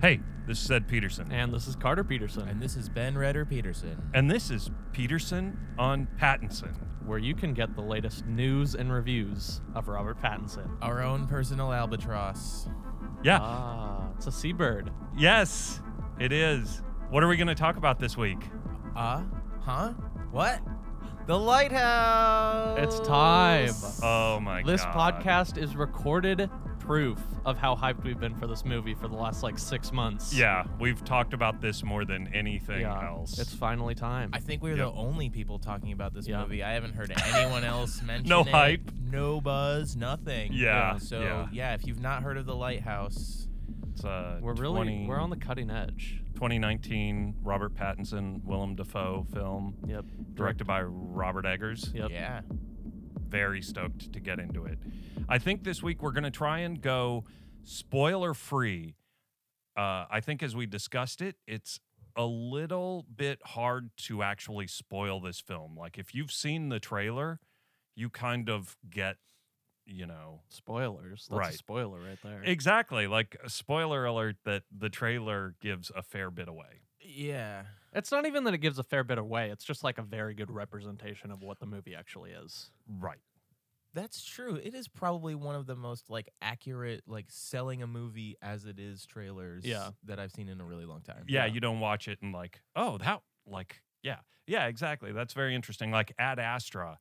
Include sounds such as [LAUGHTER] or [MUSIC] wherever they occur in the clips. Hey, this is Ed Peterson. And this is Carter Peterson, And this is Ben Redder Peterson. And this is Peterson on Pattinson. where you can get the latest news and reviews of Robert Pattinson. Our own personal albatross. Yeah. Ah, it's a seabird. yes, it is. What are we going to talk about this week? Uh, huh? What? The lighthouse. It's time. Oh my this god. podcast is recorded proof of how hyped we've been for this movie for the last like six months. Yeah, we've talked about this more than anything Yeah, else. It's finally time. I think we're Yep. the only people talking about this Yeah. movie. I haven't heard [LAUGHS] anyone else mention No it. hype. No buzz. Nothing. Yeah, So yeah. if you've not heard of the lighthouse, It's, uh, we're really 20 we're on the cutting edge. 2019 Robert Pattinson, Willem Dafoe film, Yep. directed by Robert Eggers. Yep. yeah, Very stoked to get into it. I think this week we're going to try and go spoiler free. Uh, I think as we discussed it, it's a little bit hard to actually spoil this film. Like if you've seen the trailer, you kind of get, you know, Spoilers. That's Right. a spoiler right there. exactly like a spoiler alert that the trailer gives a fair bit away. yeah. it's not even that it gives a fair bit away. It's just like a very good representation of what the movie actually is. Right. That's true. It is probably one of the most like accurate like selling a movie as it is trailers Yeah. that I've seen in a really long time. yeah, you don't watch it and like, oh, that like, yeah, yeah, exactly. That's very interesting. Like Ad Astra,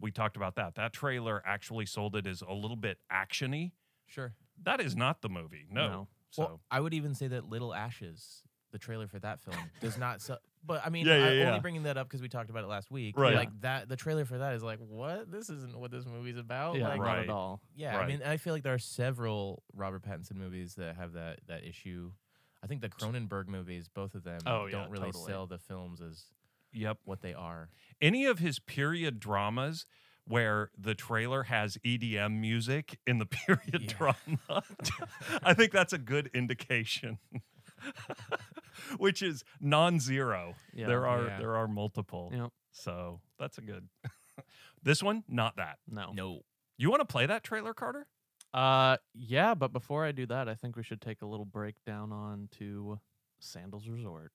we talked about that. That trailer actually sold it as a little bit actiony. Sure. That is not the movie. No. No. So well, I would even say that Little Ashes, the trailer for [LAUGHS] that film, does not sell. But I mean, Yeah, I'm yeah, yeah. only bringing that up because we talked about it last week. Right. Like that, the trailer for that is like, what? This isn't what this movie's about. yeah, Like, not Oh, Right. at all. Yeah, Right. I mean, I feel like there are several Robert Pattinson movies that have that that issue. I think the Cronenberg movies, both of them, Oh, don't yeah, really totally. sell the films as yep. what they are. Any of his period dramas where the trailer has EDM music in the [LAUGHS] period Yeah. drama, [LAUGHS] I think that's a good indication. [LAUGHS] Which is non-zero. Yeah. there are Yeah. there are multiple. Yep. So that's a good. [LAUGHS] this one, not that. No. No. You want to play that trailer, Carter? Uh, yeah, but before I do that, I think we should take a little break down on to Sandals Resort.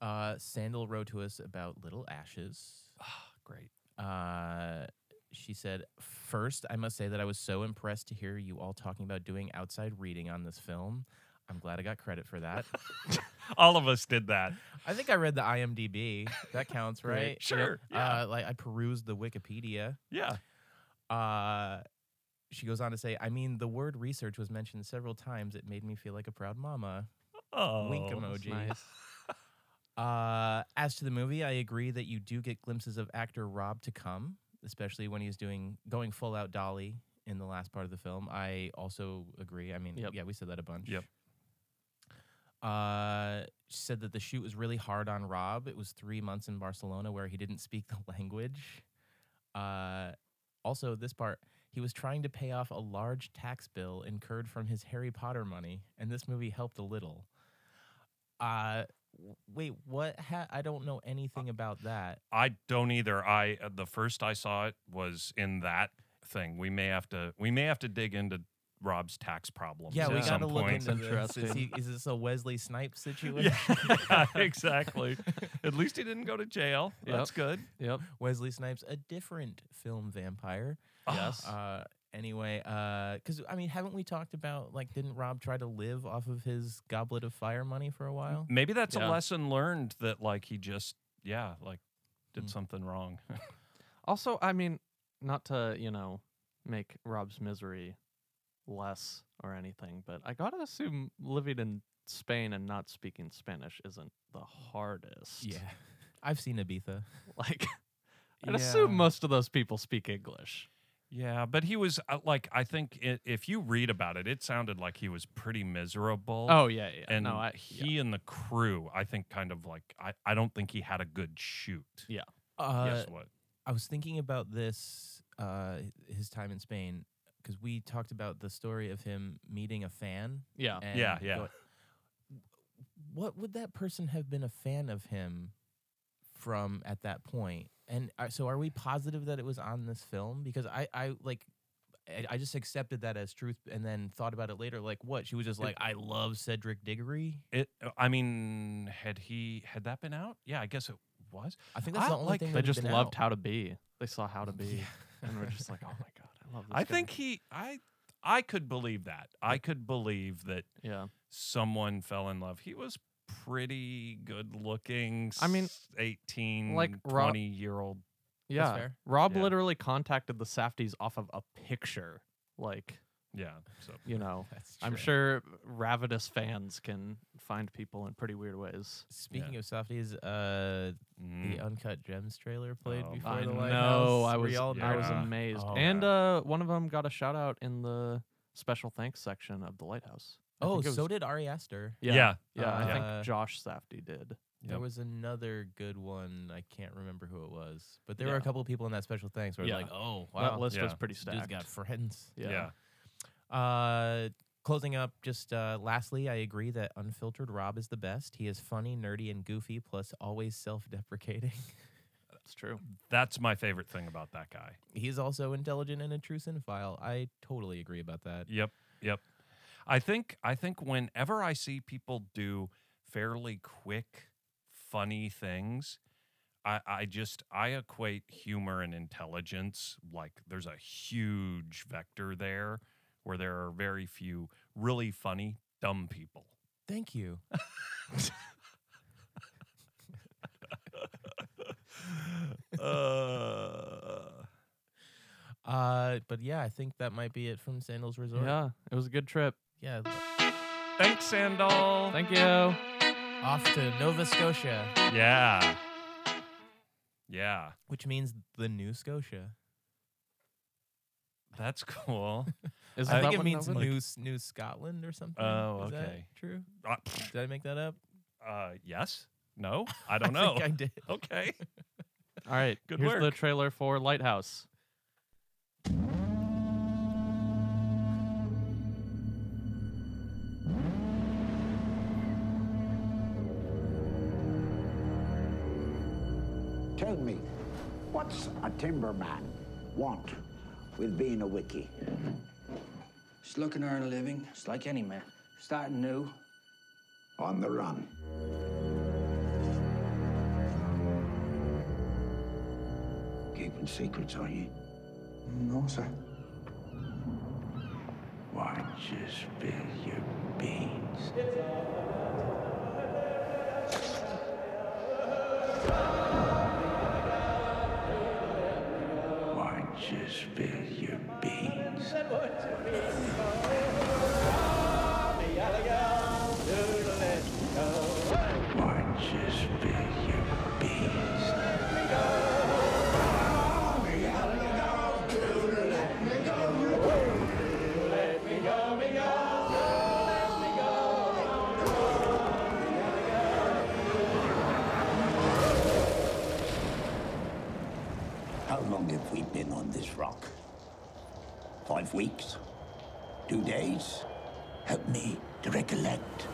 Uh, Sandal wrote to us about Little Ashes. great. Uh, she said, First, I must say that I was so impressed to hear you all talking about doing outside reading on this film. I'm glad I got credit for [LAUGHS] that. [LAUGHS] All of us did that. I think I read the IMDb. [LAUGHS] That counts, Right. right? Sure. Yeah. Uh, like I perused the Wikipedia. yeah. Uh, she goes on to say, I mean, the word research was mentioned several times. It made me feel like a proud mama. Oh. wink that's emoji. nice. Uh, as to the movie, I agree that you do get glimpses of actor Rob to come, especially when he's doing going full out Dolly in the last part of the film. I also agree. I mean, Yep. yeah, we said that a bunch. Yep. Uh, she said that the shoot was really hard on Rob. It was three months in Barcelona where he didn't speak the [LAUGHS] language. Uh, also, this part, he was trying to pay off a large tax bill incurred from his Harry Potter money, and this movie helped a little. Uh, w- wait, what? Ha- I don't know Uh, anything about that. I don't either. I uh, the first I saw it was in that thing. We may have to we may have to dig into Rob's tax problems. Yeah, at we Yeah. some gotta look point. into this. Is, Interesting. he, is this a Wesley Snipes situation? yeah, [LAUGHS] exactly. At least he didn't go to jail. Yep. That's good. Yep. [LAUGHS] Wesley Snipes, a different film vampire. Ah, Yes. Uh, anyway, because I mean, haven't we talked about like didn't Rob try to live off of his goblet of fire money for a while? Maybe that's Yeah. a lesson learned that like he just yeah, like did Mm. something wrong. Also, I mean, not to, you know, make Rob's misery less or anything, but I gotta assume living in Spain and not speaking Spanish isn't the hardest. [LAUGHS] I've seen Ibiza. [LAUGHS] Like, I'd Yeah. assume most of those people speak English. Yeah, but he was uh, like, I think i if you read about it, it sounded like he was pretty miserable. Oh, yeah, yeah. and no, I, yeah. he and the crew, I think, kind of like, I, I don't think he had a good shoot. Yeah. Uh, Guess what? I was thinking about this uh, his time in Spain because we talked about the story of him meeting a fan. Yeah. And Yeah, yeah. what would that person have been a fan of him from at that point. And uh, so, are we positive that it was on this film? Because I, I like, I, I just accepted that as truth, and then thought about it later. Like, what she was just like, I love Cedric Diggory. It. uh, I mean, had he had that been out? Yeah, I guess it was. I think that's I the only like- thing They that had just been loved out. How to Be. They saw How to Be, Yeah. [LAUGHS] and were just like, oh my god, I love this. I guy." think he. I. I could believe that. I could believe that yeah. someone fell in love. He was pretty good looking. I mean, s- 18, like, Ro- 20 year old. Yeah. fair. Rob Yeah. literally contacted the Safties off of a picture. Like, Yeah. So you know, [LAUGHS] That's I'm true. sure ravenous fans can find people in pretty weird ways. Speaking of softies, uh, mm, the Uncut Gems trailer played Oh, before I the know, lighthouse. I We was all I was Yeah. know. amazed. Oh, and uh, one of them got a shout out in the special thanks section of the lighthouse. I Oh, think it so was- did Ari Aster. yeah, yeah. Yeah. I Uh, think Josh Safty did. Yep. There was another good one. I can't remember who it was, but there were a Yeah. couple people in that special thanks where Yeah. like, "Oh, wow, That list was Yeah. pretty this dude's stacked. got friends." yeah. Uh, closing up, just uh, lastly, I agree that unfiltered Rob is the best. He is funny, nerdy, and goofy, plus always self-deprecating. [LAUGHS] That's true. That's my favorite thing about that guy. he is also intelligent and a true cinephile. I totally agree about that. Yep. Yep. I think I think whenever I see people do fairly quick, funny things, I, I just I equate humor and intelligence like there's a huge vector there where there are very few really funny dumb people. Thank you. uh, Uh, but yeah, I think that might be it from Sandals Resort. Yeah, it was a good trip. yeah. thanks, Sandal. Thank you. Off to Nova Scotia, yeah. Yeah. which means the New Scotia. That's cool. Is I that think it what means that was? New S- New Scotland or something. Oh, Is that okay. true? Uh, Did I make that up? uh, yes? No? I don't know. think I did. [LAUGHS] okay. All right. Good here's the work. trailer for Lighthouse. Tell me, what's a timberman want with being a wiki? Just looking to earn a living, just like any man. Starting new. On the run. Keeping secrets, are you? No, sir. Why just spill your beans? Why just spill your beans? Why just spill your beans? How long have we been on this rock? Five weeks? Two days? Help me to recollect.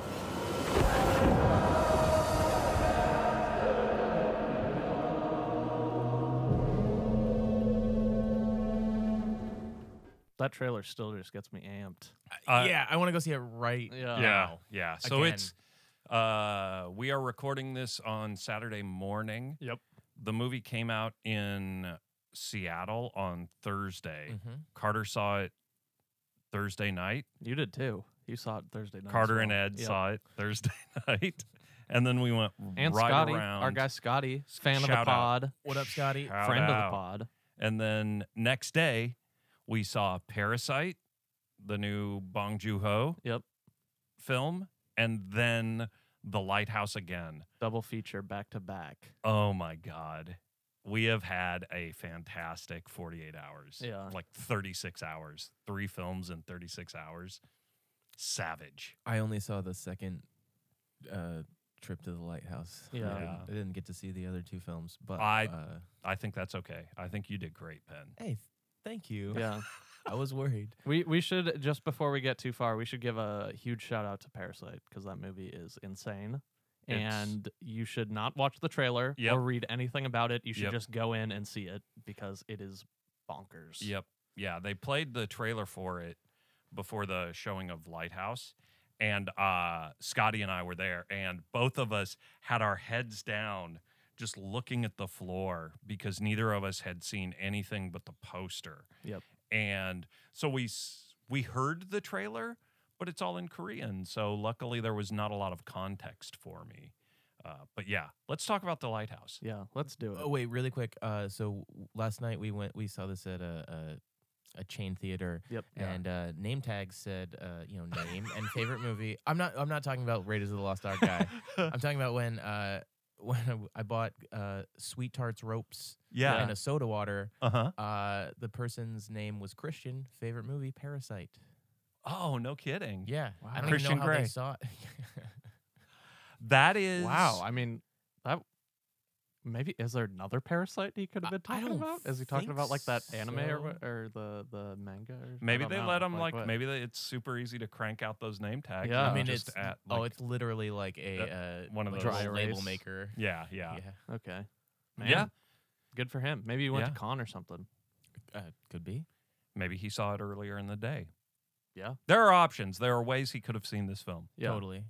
That trailer still just gets me amped. Uh, yeah, I want to go see it right. Yeah. yeah. Yeah. So Again. it's uh we are recording this on Saturday morning. Yep. The movie came out in Seattle on Thursday. Mhm. Carter saw it Thursday night. You did too. You saw it Thursday night. as Carter and well. Ed Yep. saw it Thursday [LAUGHS] night. And then we went And right Scotty, around. our guy Scotty, fan of the shout out. pod, What up, Scotty? Shout friend of out. the pod. And then next day, we saw Parasite, the new Bong Joon Ho Yep. film, and then The Lighthouse again. Double feature back to back. Oh my God. We have had a fantastic 48 hours. Yeah. Like 36 hours, three films in 36 hours. Savage. I only saw the second uh, trip to the lighthouse. I Yeah. didn't- Yeah. I didn't get to see the other two films, but I- uh, I think that's okay. I think you did great, Ben. hey, th- thank you. Yeah. I was worried. [LAUGHS] we we should just before we get too far, we should give a huge shout out to Parasite because that movie is insane. It's- and you should not watch the trailer Yep. or read anything about it. You should Yep. just go in and see it because it is bonkers. Yep. Yeah, they played the trailer for it before the showing of Lighthouse. And uh, Scotty and I were there, and both of us had our heads down, just looking at the floor because neither of us had seen anything but the poster. Yep. And so we s- we heard the trailer, but it's all in Korean. So luckily, there was not a lot of context for me. Uh, but yeah, let's talk about the [LAUGHS] lighthouse. Yeah, let's do it. Oh wait, really quick. Uh, so w- last night we went, we saw this at a a, a chain theater, Yep. and uh, name tags said, uh, you know, name and favorite movie. I'm not, I'm not talking about Raiders of the Lost Ark guy. I'm talking about when, uh, [LAUGHS] when I w- I bought uh, Sweet Tarts ropes Yeah. and a soda water. Uh huh. Uh, the person's name was Christian. Favorite movie, Parasite. Oh, no kidding. Yeah, I don't Christian even know how Grey. they saw it. [LAUGHS] That is Wow. I mean, that maybe is there another parasite he could have I- been I talking don't about? Is he talking think about like that anime or, so. what- or the the manga? Or, I Maybe don't they know, let them like, what- maybe they, it's super easy to crank out those name tags. Yeah. and I mean, just it's at, [LAUGHS] oh, like- it's literally like a uh, one of like those- a Dry label erase. maker. yeah, yeah, okay. Man, Yeah. Good for him. Maybe he went Yeah. to con or something. Uh, could be. Maybe he saw it earlier in the day. Yeah. There are options. There are ways he could have seen this film. Yeah. Totally.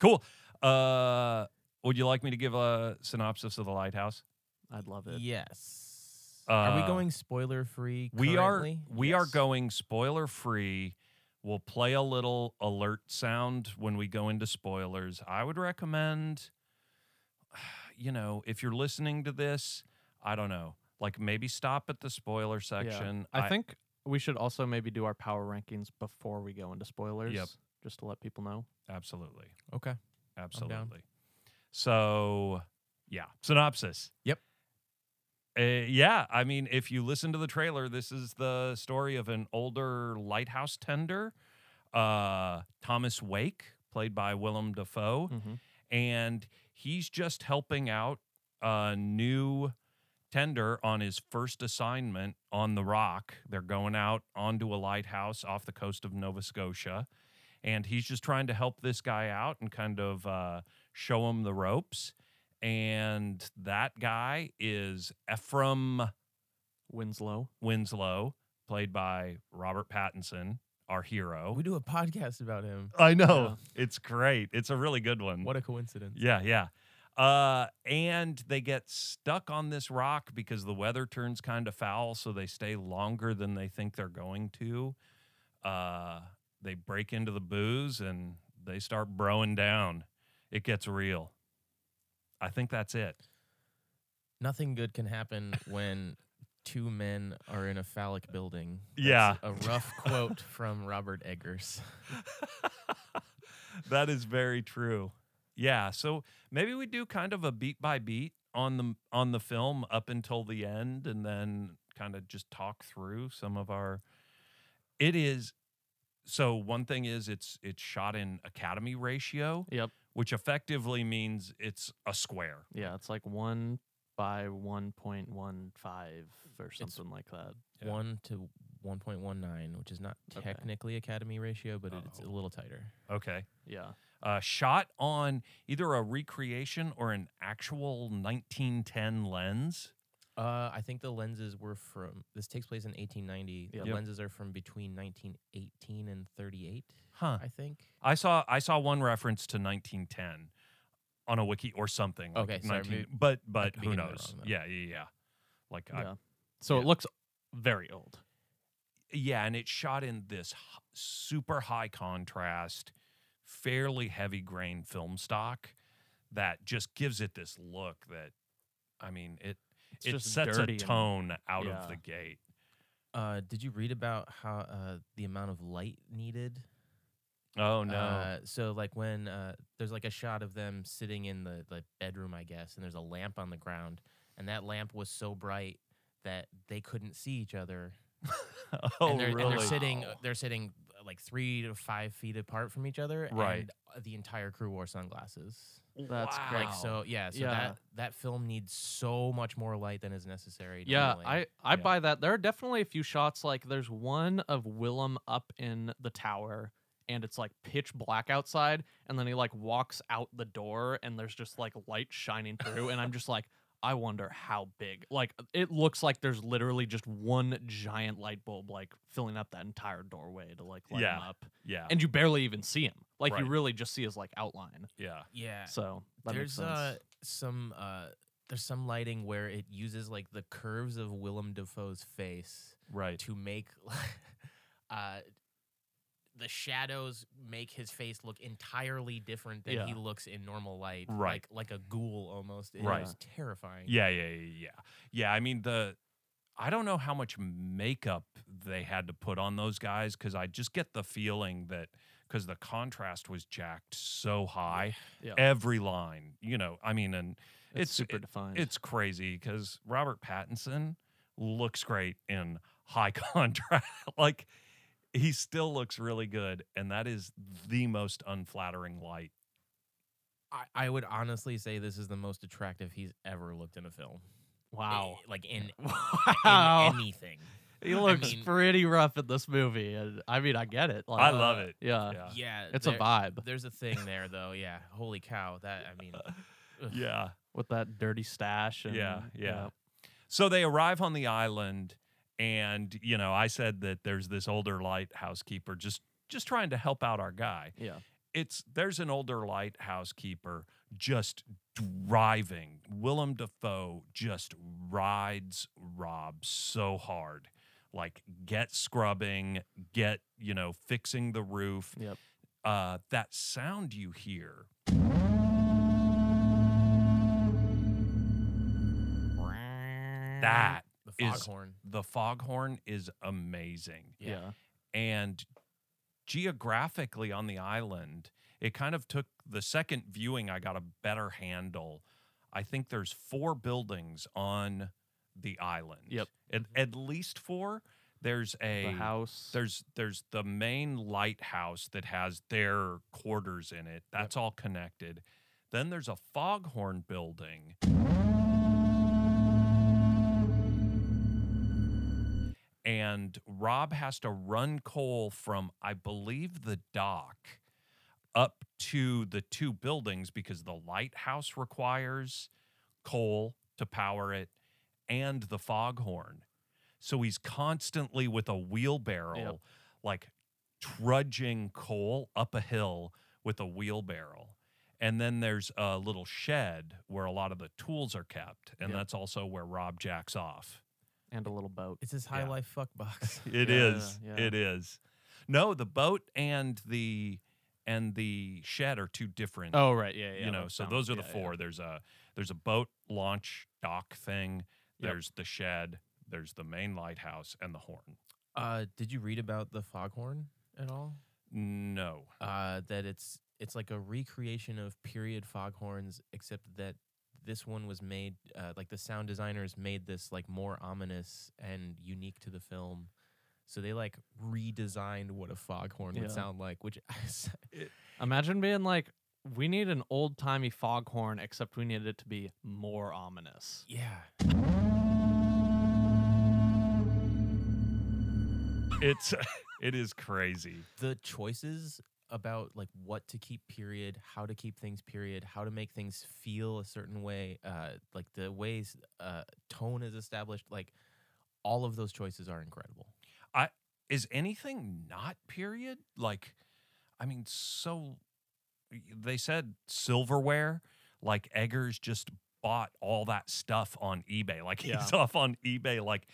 Cool. Uh, would you like me to give a synopsis of the lighthouse? I'd love it. Yes. are Uh, we going spoiler free? We are currently? we are Yes. going spoiler free. We'll play a little alert sound when we go into spoilers. I would recommend [SIGHS] you know, if you're listening to this, I don't know, like maybe stop at the spoiler Yeah. section. I, think we should also maybe do our power rankings before we go into spoilers. Just to let people know. absolutely. Okay. Absolutely. So, yeah, synopsis. Yep. Uh, yeah, I mean, if you listen to the trailer, this is the story of an older lighthouse tender, uh, Thomas Wake, played by Willem Dafoe, Mm-hmm. and he's just helping out a new tender on his first assignment on the rock. They're going out onto a lighthouse off the coast of Nova Scotia, and he's just trying to help this guy out and kind of uh, show him the ropes. And that guy is Ephraim Winslow. Winslow, played by Robert Pattinson, our hero. We do a podcast about him. I know. It's great. It's a really good one. What a coincidence. Yeah, yeah. Uh, and they get stuck on this rock because the weather turns kind of foul, so they stay longer than they think they're going to. Uh, they break into the booze and they start broing down. It gets real. I think that's it. Nothing good can happen when two men are in a phallic building. That's Yeah. A rough quote from Robert Eggers. that is very true. Yeah, so maybe we do kind of a beat by beat on the on the film up until the end and then kind of just talk through some of our it is so one thing is it's it's shot in academy ratio, Yep. which effectively means it's a square. Yeah. It's like one by one point one five or something like that. Yeah. One to 1.19, which is not Okay. technically Academy ratio, but it's a Uh-oh. little tighter. Okay. Yeah. Uh, shot on either a recreation or an actual 1910 lens. Uh, I think the lenses were from. This takes place in 1890. Yep. The Yep. lenses are from between 1918 and 38. Huh. I think. I saw I saw one reference to 1910 on a wiki or something. like Okay, sorry, 19 maybe- but but could be who getting that knows? wrong, though. yeah, yeah, yeah. Like yeah. yeah. So it yeah. looks very old. yeah, and it's shot in this h- super high contrast, fairly heavy grain film stock that just gives it this look that, I mean, it It's it just sets a dirty and- tone out yeah. of the gate. Uh, did you read about how uh, the amount of light needed? Oh no! Uh, so like when uh, there's like a shot of them sitting in the the bedroom, I guess, and there's a lamp on the ground, and that lamp was so bright that they couldn't see each other. [LAUGHS] oh and they're, really? And they're sitting. Wow. They're sitting uh, like three to five feet apart from each other. Right. And uh, the entire crew wore sunglasses. That's wow. Like so, yeah. So Yeah. that that film needs so much more light than is necessary. Yeah, normally. I, I Yeah. buy that. There are definitely a few shots like there's one of Willem up in the tower and it's like pitch black outside and then he like walks out the door and there's just like light shining through and I'm just like I wonder how big. Like it looks like there's literally just one giant light bulb like filling up that entire doorway to like light him Yeah. up. Yeah. And you barely even see him. Like you Right. really just see his like outline. yeah. Yeah. So that there's makes sense. Uh, some uh, there's some lighting where it uses like the curves of Willem Dafoe's face Right. to make [LAUGHS] uh, the shadows make his face look entirely different than he Yeah. looks in normal light. Right. Like like a ghoul almost. It Right. was terrifying. Yeah, yeah, yeah, yeah. Yeah, I mean the I don't know how much makeup they had to put on those guys cuz I just get the feeling that cuz the contrast was jacked so high. Yeah. Every line, you know, I mean and it's, it's super it- defined. it's crazy cuz Robert Pattinson looks great in high [LAUGHS] contrast. like he still looks really good and that is the most unflattering light. I, I would honestly say this is the most attractive he's ever looked in a film. wow. Eh, [LAUGHS] [LAUGHS] Like in, Wow. in anything. He I looks mean- pretty rough in this movie. and- I mean, I get it. Like, I love it. Yeah. Yeah. Yeah. It's a there- vibe There's a thing there though, yeah. Holy cow! That [LAUGHS] I mean, ugh. Yeah. with that dirty stash. And, Yeah, yeah. So they arrive on the island, and you know, I said that there's this older light housekeeper just just trying to help out our guy. Yeah. It's there's an older light housekeeper just driving. Willem Dafoe just rides Rob so hard. Like get scrubbing, get, you know, fixing the roof. Yep. Uh, that sound you hear that the Is- foghorn. the foghorn is amazing. Yeah. yeah. and geographically on the island it kind of took the second viewing i got a better handle i think there's four buildings on the island Yep. Mm-hmm. at, at least four there's a The house. there's there's the main lighthouse that has their quarters in it that's all connected then there's a foghorn building and rob has to run coal from i believe the dock up to the two buildings because the lighthouse requires coal to power it and the foghorn so he's constantly with a wheelbarrow like trudging coal up a hill with a wheelbarrow and then there's a little shed where a lot of the tools are kept and Yep. that's also where rob jacks off and a little boat. [LAUGHS] It's his high Yeah. life fuck box. it Yeah, [LAUGHS] is. yeah. It is. No, the boat and the and the shed are two different. Oh right, yeah, yeah. you know, that so sounds- those are the yeah, yeah. four. There's a there's a boat launch dock thing. Yep. There's the shed. There's the main lighthouse and the horn. Uh, did you read about the foghorn at all? [LAUGHS] No. Uh, that it's it's like a recreation of period foghorns, except that this one was made uh, like the sound designers made this like more ominous and unique to the film. So they like redesigned what a foghorn Yeah. would sound like, which [LAUGHS] Imagine being like, we need an old timey foghorn, except we need it to be [LAUGHS] more ominous. yeah, It's it is crazy. the choices about like what to keep period how to keep things period how to make things feel a certain way uh like the ways uh tone is established like all of those choices are incredible Is anything not period? Like I mean so they said silverware like Eggers just bought all that stuff on eBay. Like Yeah. he's [LAUGHS] off on eBay like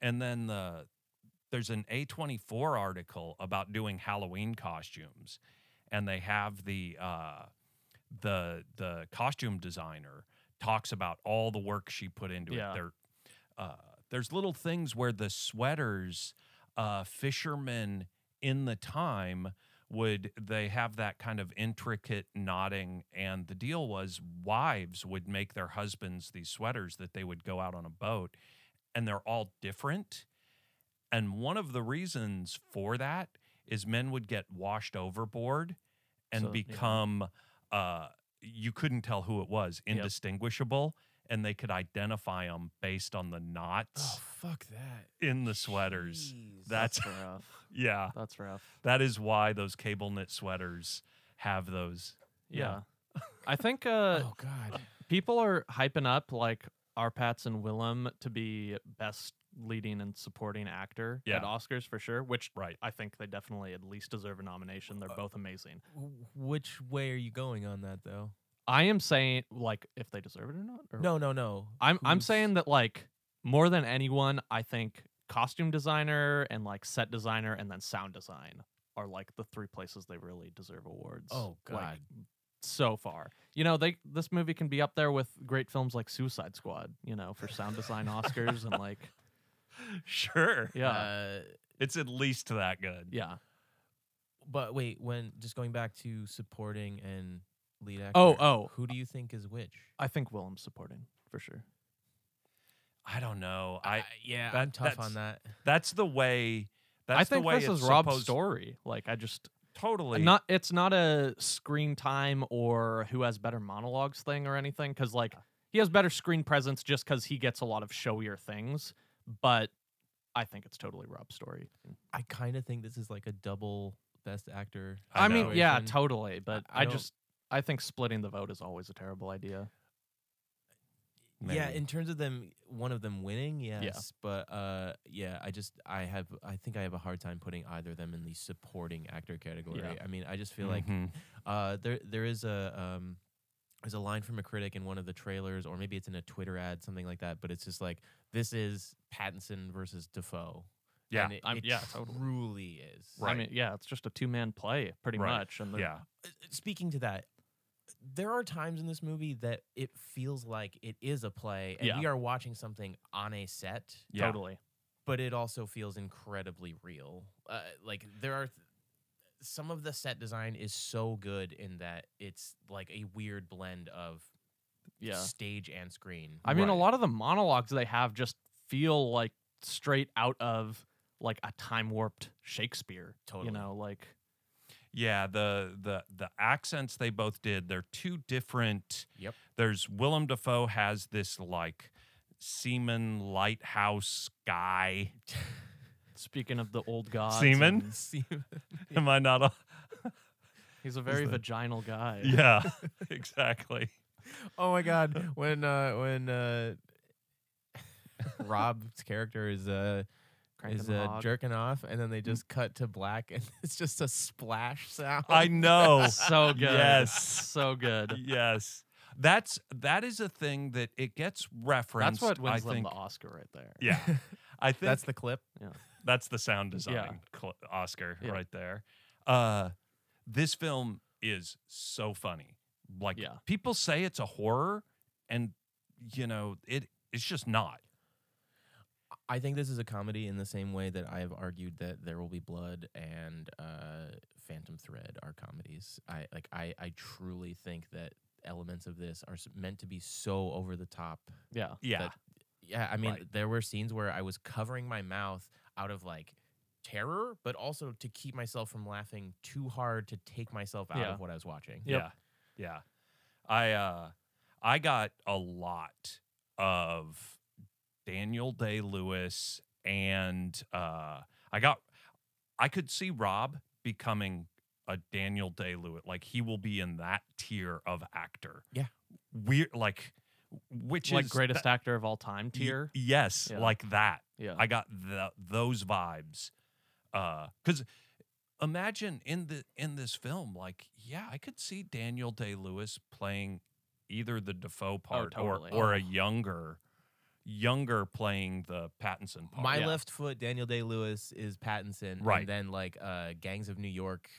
and then the there's an A24 article about doing Halloween costumes and they have the uh the the costume designer talks about all the work she put into Yeah. it. There uh there's little things where the sweaters uh fishermen in the time would they have that kind of intricate knotting and the deal was wives would make their husbands these sweaters that they would go out on a boat and they're all different and one of the reasons for that is men would get washed overboard and So, yeah. become uh you couldn't tell who it was Yep. indistinguishable and they could identify them based Oh, on the knots Oh, fuck that. in the sweaters. That's [LAUGHS] That's rough. yeah, That's rough. that is why those cable knit sweaters have those. Yeah. I think [LAUGHS] uh, oh god. people are hyping up like Arpats and Willem to be best leading and supporting actor Yeah. at Oscars for sure, which [LAUGHS] Right. [LAUGHS] I think they definitely at least deserve a nomination. They're both amazing. W- Which way are you going on that though? I am saying like if they deserve it or not. Or No, no, no. I'm I'm Who's- saying that like more than anyone, I think costume designer and like set designer and then sound design are like the three places they really deserve awards. Oh like, god. so far. You know, they this movie can be up there with great films like Suicide Squad, you know, for sound [LAUGHS] design Oscars and like Sure, yeah. Uh, it's at least that good. yeah. but wait, when just going back to supporting and lead actor. Oh, oh. Who do you think is which? I think Willem's supporting for sure. I don't know. I yeah, that- I'm tough on that. that's the way. That's I think the way this it's is Rob's supposed- story. Like I just Totally. not it's not a screen time or who has better monologues thing or anything because like he has better screen presence just because he gets a lot of showier things but i think it's totally rob's story I kind of think this is like a double best actor. i, mean yeah situation. totally but I i, don't- just i think splitting the vote is always a terrible idea Yeah, Maybe. in terms of them, one of them winning, yes, Yeah. but uh, yeah, I just I have I think I have a hard time putting either of them in the supporting actor category. I mean, I just feel like Mhm. uh, there there is a um, there's a line from a critic in one of the trailers, or maybe it's in a Twitter ad, something like that. But it's just like this is Pattinson versus Defoe. Yeah, and it, I'm- it yeah, totally. truly is. i Right. mean yeah it's just a two-man play pretty Right. much and the- yeah. Uh, Speaking to that. There are times in this movie that it feels like it is a play, and Yeah. we are watching something on a set. Yeah. totally but it also feels incredibly real. Uh, like there are th- some of the set design is so good in that it's like a weird blend of yeah stage and screen. [LAUGHS] I mean, a Right. lot of the monologues they have just feel like straight out of like a time warped Shakespeare. Totally. You know, like Yeah, the the the accents they both did, they're two different. Yep. There's Willem Dafoe has this like seaman lighthouse guy. speaking of the old gods. Seaman? and- Am I [LAUGHS] not a He's a very the- vaginal guy. Yeah, [LAUGHS] exactly. oh my god, when uh, when [LAUGHS] uh, Rob's character is uh, Cranking is the uh, hog. jerking off, and then they just cut to black, and [LAUGHS] it's just a splash sound. I [LAUGHS] [LAUGHS] know. So good. Yes. So good. yes. That's that is a thing that it gets referenced. That's what I wins them think. the Oscar right there. [LAUGHS] Yeah. [LAUGHS] I think That's the clip. That's the sound Yeah. design cl- Oscar Yeah. right there. Uh, this film is so funny. Like Yeah. people say it's a horror, and you know it. It's just not. I think this is a comedy in the same way that I have argued that There Will Be Blood and uh, Phantom Thread are comedies. I like I, I truly think that elements of this are s- meant to be so over the top. Yeah. Yeah, That- Yeah, I mean Right. there were scenes where I was covering my mouth out of like terror, but also to keep myself from laughing too hard to take myself out Yeah. of what I was watching. Yep. yeah, yeah. I uh, I got a lot of Daniel Day Lewis, and uh, I got I could see Rob becoming a Daniel Day Lewis. Like he will be in that tier of actor. Yeah. weird. Like which like is greatest tha- actor of all time y- tier. yes, Yeah. like that. Yeah. I got the, those vibes. Uh, cause imagine in the in this film, like, yeah, I could see Daniel Day Lewis playing either the Defoe part totally. or or Oh. a younger, younger playing the Pattinson part. My Yeah. left foot, Daniel Day Lewis is Pattinson, Right. And then like uh, Gangs of [LAUGHS] New York,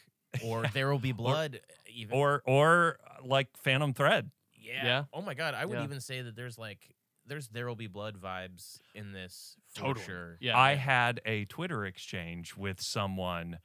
or There Will Be Blood, uh, even or or uh, like Phantom Thread. Yeah. Yeah. Oh my god, I would Yeah. even say that there's like there's there will be blood vibes in this for Totally. Oh, sure. Yeah. I yeah. had a Twitter exchange with someone,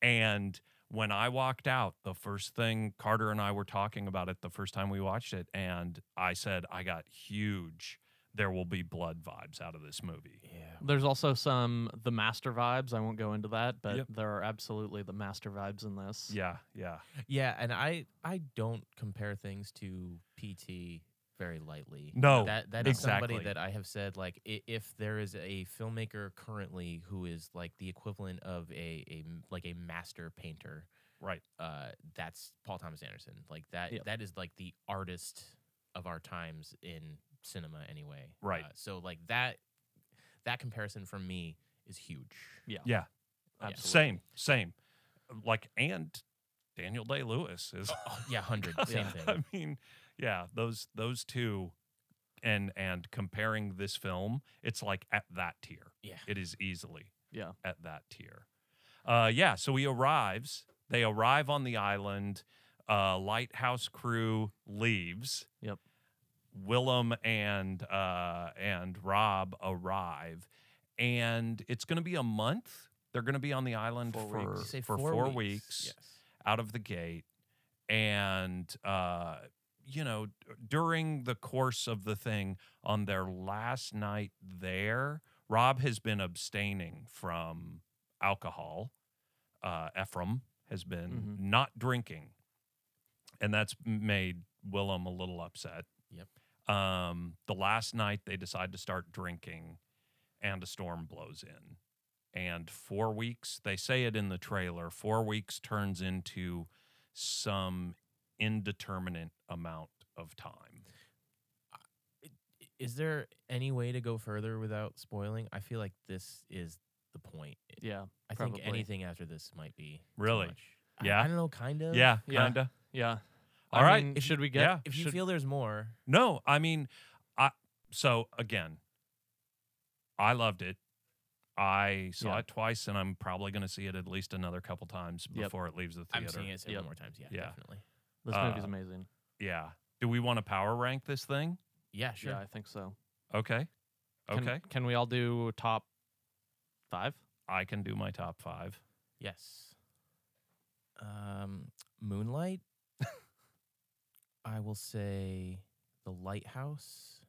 and when I walked out, the first thing Carter and I were talking about it the first time we watched it, and I said I got huge. There will be blood vibes out of this movie. Yeah. There's also some the master vibes. I won't go into that, but Yep. there are absolutely the master vibes in this. Yeah, yeah, Yeah, and I I don't compare things to PT very lightly. No, that that is exactly. somebody that I have said like i- if there is a filmmaker currently who is like the equivalent of a, a m- like a master painter, Right. uh, that's Paul Thomas Anderson. Like that Yep. that is like the artist of our times in cinema anyway. Right. Uh, so like that that comparison for me is huge. Yeah. Yeah. Absolutely. Same, same. Like and Daniel Day Lewis is. Oh, [LAUGHS] Yeah, hundred same Yeah. thing. I mean, yeah, those those two, and and comparing this film, it's like at that tier. Yeah. It is easily Yeah. at that tier. Uh, yeah, so he arrives. They arrive on the island. Uh, lighthouse crew leaves. Yep. Willem and uh, and Rob arrive, and it's going to be a month. They're going to be on the island Four for weeks. You say for four weeks, Yes. out of the gate, and uh, you know d- during the course of the thing on their last night there, Rob has been abstaining from alcohol. Uh, Ephraim has been Mhm. not drinking, and that's made Willem a little upset. Yep. Um, the last night they decide to start drinking, and a storm blows in. And four weeks, they say it in the trailer, four weeks turns into some indeterminate amount of time. Is there any way to go further without spoiling? I feel like this is the point. Yeah. I Probably. think anything after this might be too Really? much. I- Yeah. I, don't know, kind of. Yeah, Yeah. kinda. Yeah. All right, mean, if you- should we get? yeah. If you should- feel there's more, No, I mean, I so again, I loved it. I saw Yeah. it twice, and I'm probably going to see it at least another couple times Yep. before it leaves the I'm theater. seeing it several Yep. more times. Yeah, Yeah. definitely. this movie's uh, amazing. Yeah. Do we want to power rank this thing? Yeah, sure. Yeah, I think so. Okay. Can- Okay. Can we all do top five? I can do my top five. Yes. Um, Moonlight. [LAUGHS] I will say the lighthouse.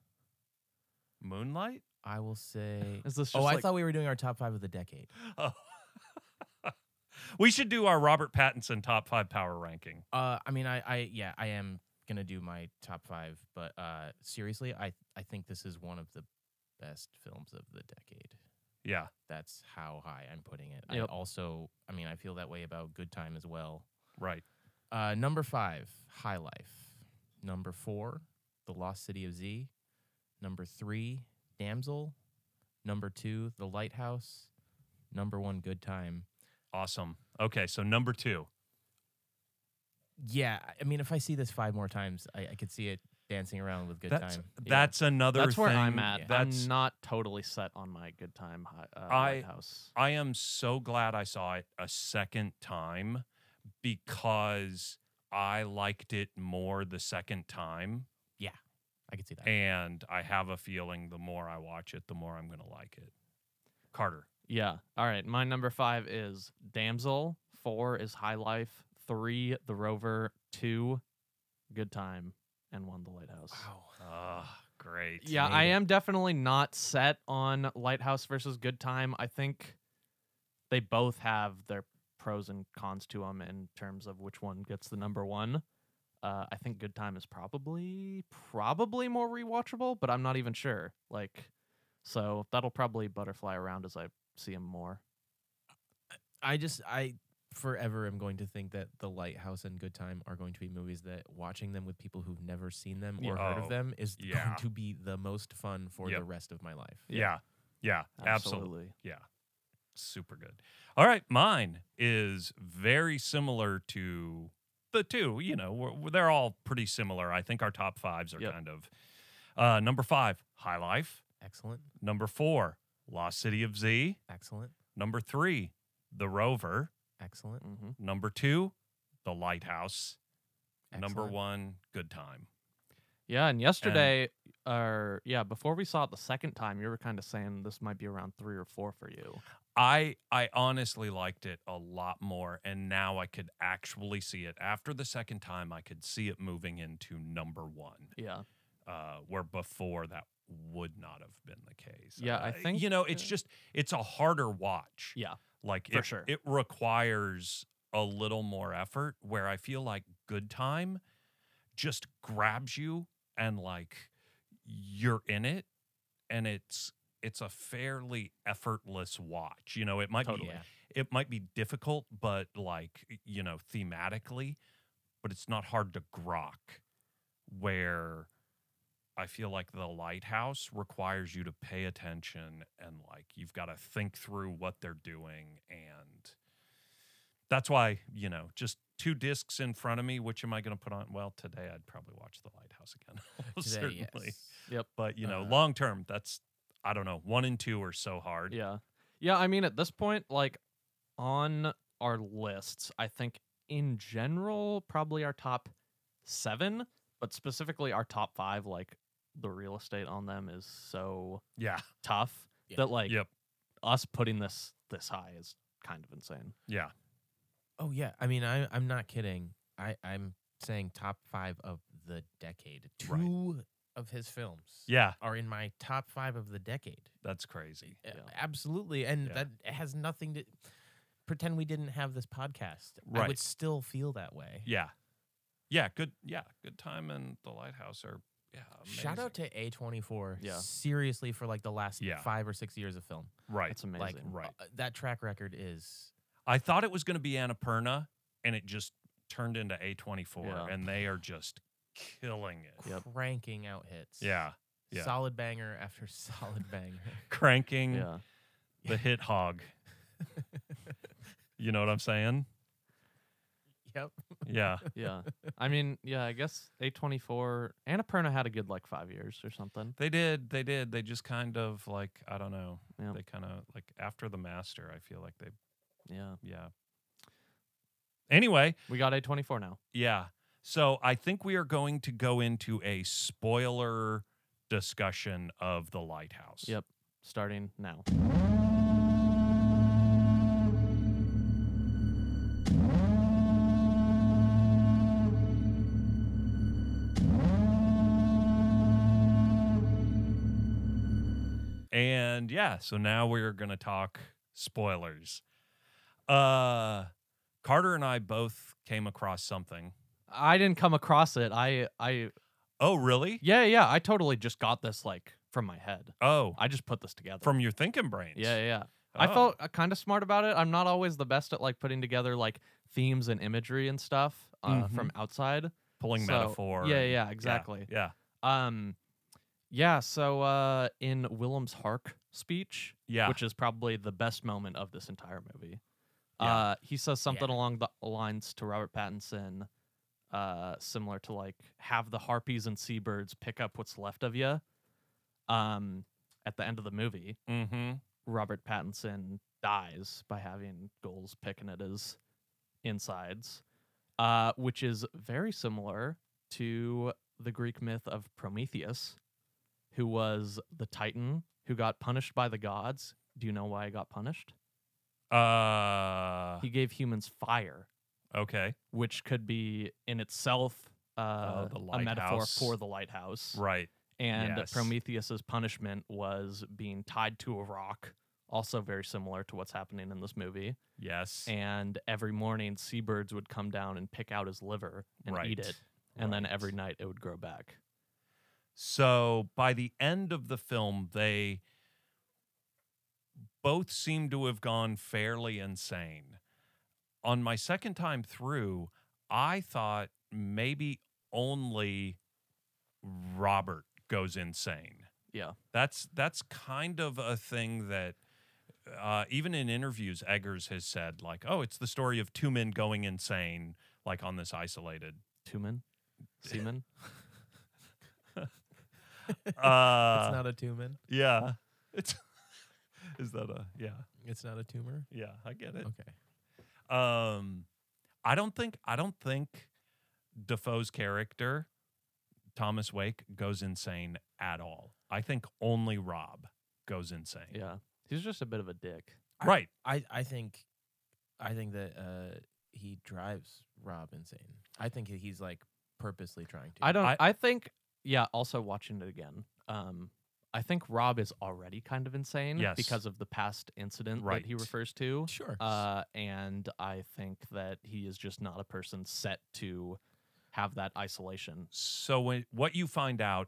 Moonlight? [LAUGHS] I will say. Is this just Oh, I like- thought we were doing our top five of the decade. Oh. we should do our Robert Pattinson top five power ranking. Uh, I mean, I, I, yeah, I am gonna do my top five, but uh, seriously, I, I think this is one of the best films of the decade. Yeah. That's how high I'm putting it. Yep. I also, I mean, I feel that way about Good Time as well. Right. Uh, number five, High Life. Number four, The Lost City of Z. Number three, Damsel. Number two, The Lighthouse. Number one, Good Time. Awesome. Okay. So number two. Yeah, I- I mean, if I see this five more times, I, I could see it dancing around with Good that's Time. Yeah. that's another That's where thing I'm at. That's I'm not totally set on my good time hi- uh, I- lighthouse. I am so glad I saw it a second time because I liked it more the second time. I could see that. And I have a feeling the more I watch it, the more I'm gonna like it. Carter. Yeah. All right. My number five is Damsel. Four is High Life. Three, The Rover. Two, Good Time. And one, The Lighthouse. Ah, great. Yeah, made I it. am definitely not set on Lighthouse versus Good Time. I think they both have their pros and cons to them in terms of which one gets the number one. Uh, I think Good Time is probably probably more rewatchable, but I'm not even sure. Like, so that'll probably butterfly around as I see him more. I just I forever am going to think that The Lighthouse and Good Time are going to be movies that watching them with people who've never seen them Yeah. or heard Oh, of them is yeah. going to be the most fun for Yep. the rest of my life. Yeah. Yeah. absolutely. Absolutely. Yeah. Super good. All right. Mine is very similar to the two. You know, we're, we're- they're all pretty similar. I think our top fives are Yep. kind of uh, number five, High Life. Excellent. Number four, Lost City of Z. Excellent. Number three, The Rover. Excellent. hmm Number two, The Lighthouse. Number excellent. one, Good Time. Yeah, and yesterday, or yeah, before we saw it the second time, you were kind of saying this might be around three or four for you. I I honestly liked it a lot more and now I could actually see it. After the second time I could see it moving into number 1. Yeah. uh, where before that would not have been the case. Yeah, I Uh, think, you know it's uh, just it's a harder watch. Yeah, like for it, sure. it requires a little more effort. Where I feel like Good Time just grabs you and like you're in it and it's it's a fairly effortless watch. You know, it might [LAUGHS] Totally. be it might be difficult, but like y- you know, thematically, but it's not hard to grok. Where I feel like the lighthouse requires you to pay attention and like you've got to think through what they're doing, and that's why you know just two discs in front of me. Which am I going to put on? Well, today I'd probably watch the lighthouse again. [LAUGHS] Today, certainly yes. but you know Uh, long term that's i don't know one and two are so hard Yeah. Yeah, I mean at this point like on our lists, I think in general probably our top 7, but specifically our top 5 like the real estate on them is so yeah tough Yeah. that like yep us putting this this high is kind of insane. yeah Oh yeah, I mean I I'm not kidding. I I'm saying top five of the decade. Right. Two of his films yeah are in my top five of the decade. that's crazy Uh, Yeah. Absolutely, and Yeah. that has nothing to pretend we didn't have this podcast. I Right. would still feel that way. yeah yeah good yeah good time and the lighthouse are yeah Shout out to A24 Yeah. seriously for like the last Yeah. 5 or 6 years of film. right That's amazing. right uh, that track record is i thought it was going to be annapurna and it just turned into a24 Yeah. and they are just killing it Yep. cranking out hits. yeah yeah. Solid banger after [LAUGHS] solid banger. [LAUGHS] cranking Yeah. the hit hog you know what i'm saying yep. [LAUGHS] yeah Yeah. I mean, yeah, I guess A24 Annapurna had a good like 5 years or something. They did. They did. They just kind of like I don't know. Yeah. They kind of like after the master. I feel like they Yeah. yeah. Anyway, We got A24 now. yeah. So I think we are going to go into a spoiler discussion of the lighthouse. Yep. Starting now. And yeah, so now we're going to talk spoilers. Uh Carter and I both came across something. I didn't come across it. I I Oh, really? yeah, yeah, I totally just got this like from my head. Oh, I just put this together. from your thinking brains. Yeah, yeah. yeah. I Oh. felt kind of smart about it. I'm not always the best at like putting together like themes and imagery and stuff uh, Mhm. from outside. pulling So, metaphor. Yeah, and- yeah, exactly. Yeah. Um yeah, so uh in Willem's Hark speech, Yeah. which is probably the best moment of this entire movie. Yeah. Uh, he says something along the lines to Robert Pattinson, uh, similar to like "Have the harpies and seabirds pick up what's left of you." Um, at the end of the movie, mm-hmm. Robert Pattinson dies by having ghouls picking at his insides, uh, which is very similar to the Greek myth of Prometheus, who was the Titan who got punished by the gods. Do you know why he got punished? Uh, He gave humans fire, okay. which could be in itself uh, Oh, the a metaphor lighthouse. for the lighthouse. Right. and Yes. Prometheus's punishment was being tied to a rock, also very similar to what's happening in this movie. Yes. And every morning, seabirds would come down and pick out his liver and right. eat it, and then right. every night it would grow back. So by the end of the film, they both seem to have gone fairly insane. On my second time through, I thought maybe only Robert goes insane. Yeah. That's that's kind of a thing that uh, even in interviews, Eggers has said like, "Oh, it's the story of two men going insane, like on this isolated." Tumen, [LAUGHS] semen. [LAUGHS] Uh, it's not a tumen. Yeah. It's [LAUGHS] is that a yeah. It's not a tumor. Yeah, I get it. Okay. Um I don't think I don't think Defoe's character, Thomas Wake, goes insane at all. I think only Rob goes insane. yeah, he's just a bit of a dick. I- Right. I I think I think that uh he drives Rob insane. I think that he's like purposely trying to. I don't. I- I, think. Yeah. Also, watching it again. Um, I think Rob is already kind of insane Yes. because of the past incident that he Right. refers to. Sure. Uh, and I think that he is just not a person set to have that isolation. So when, what you find out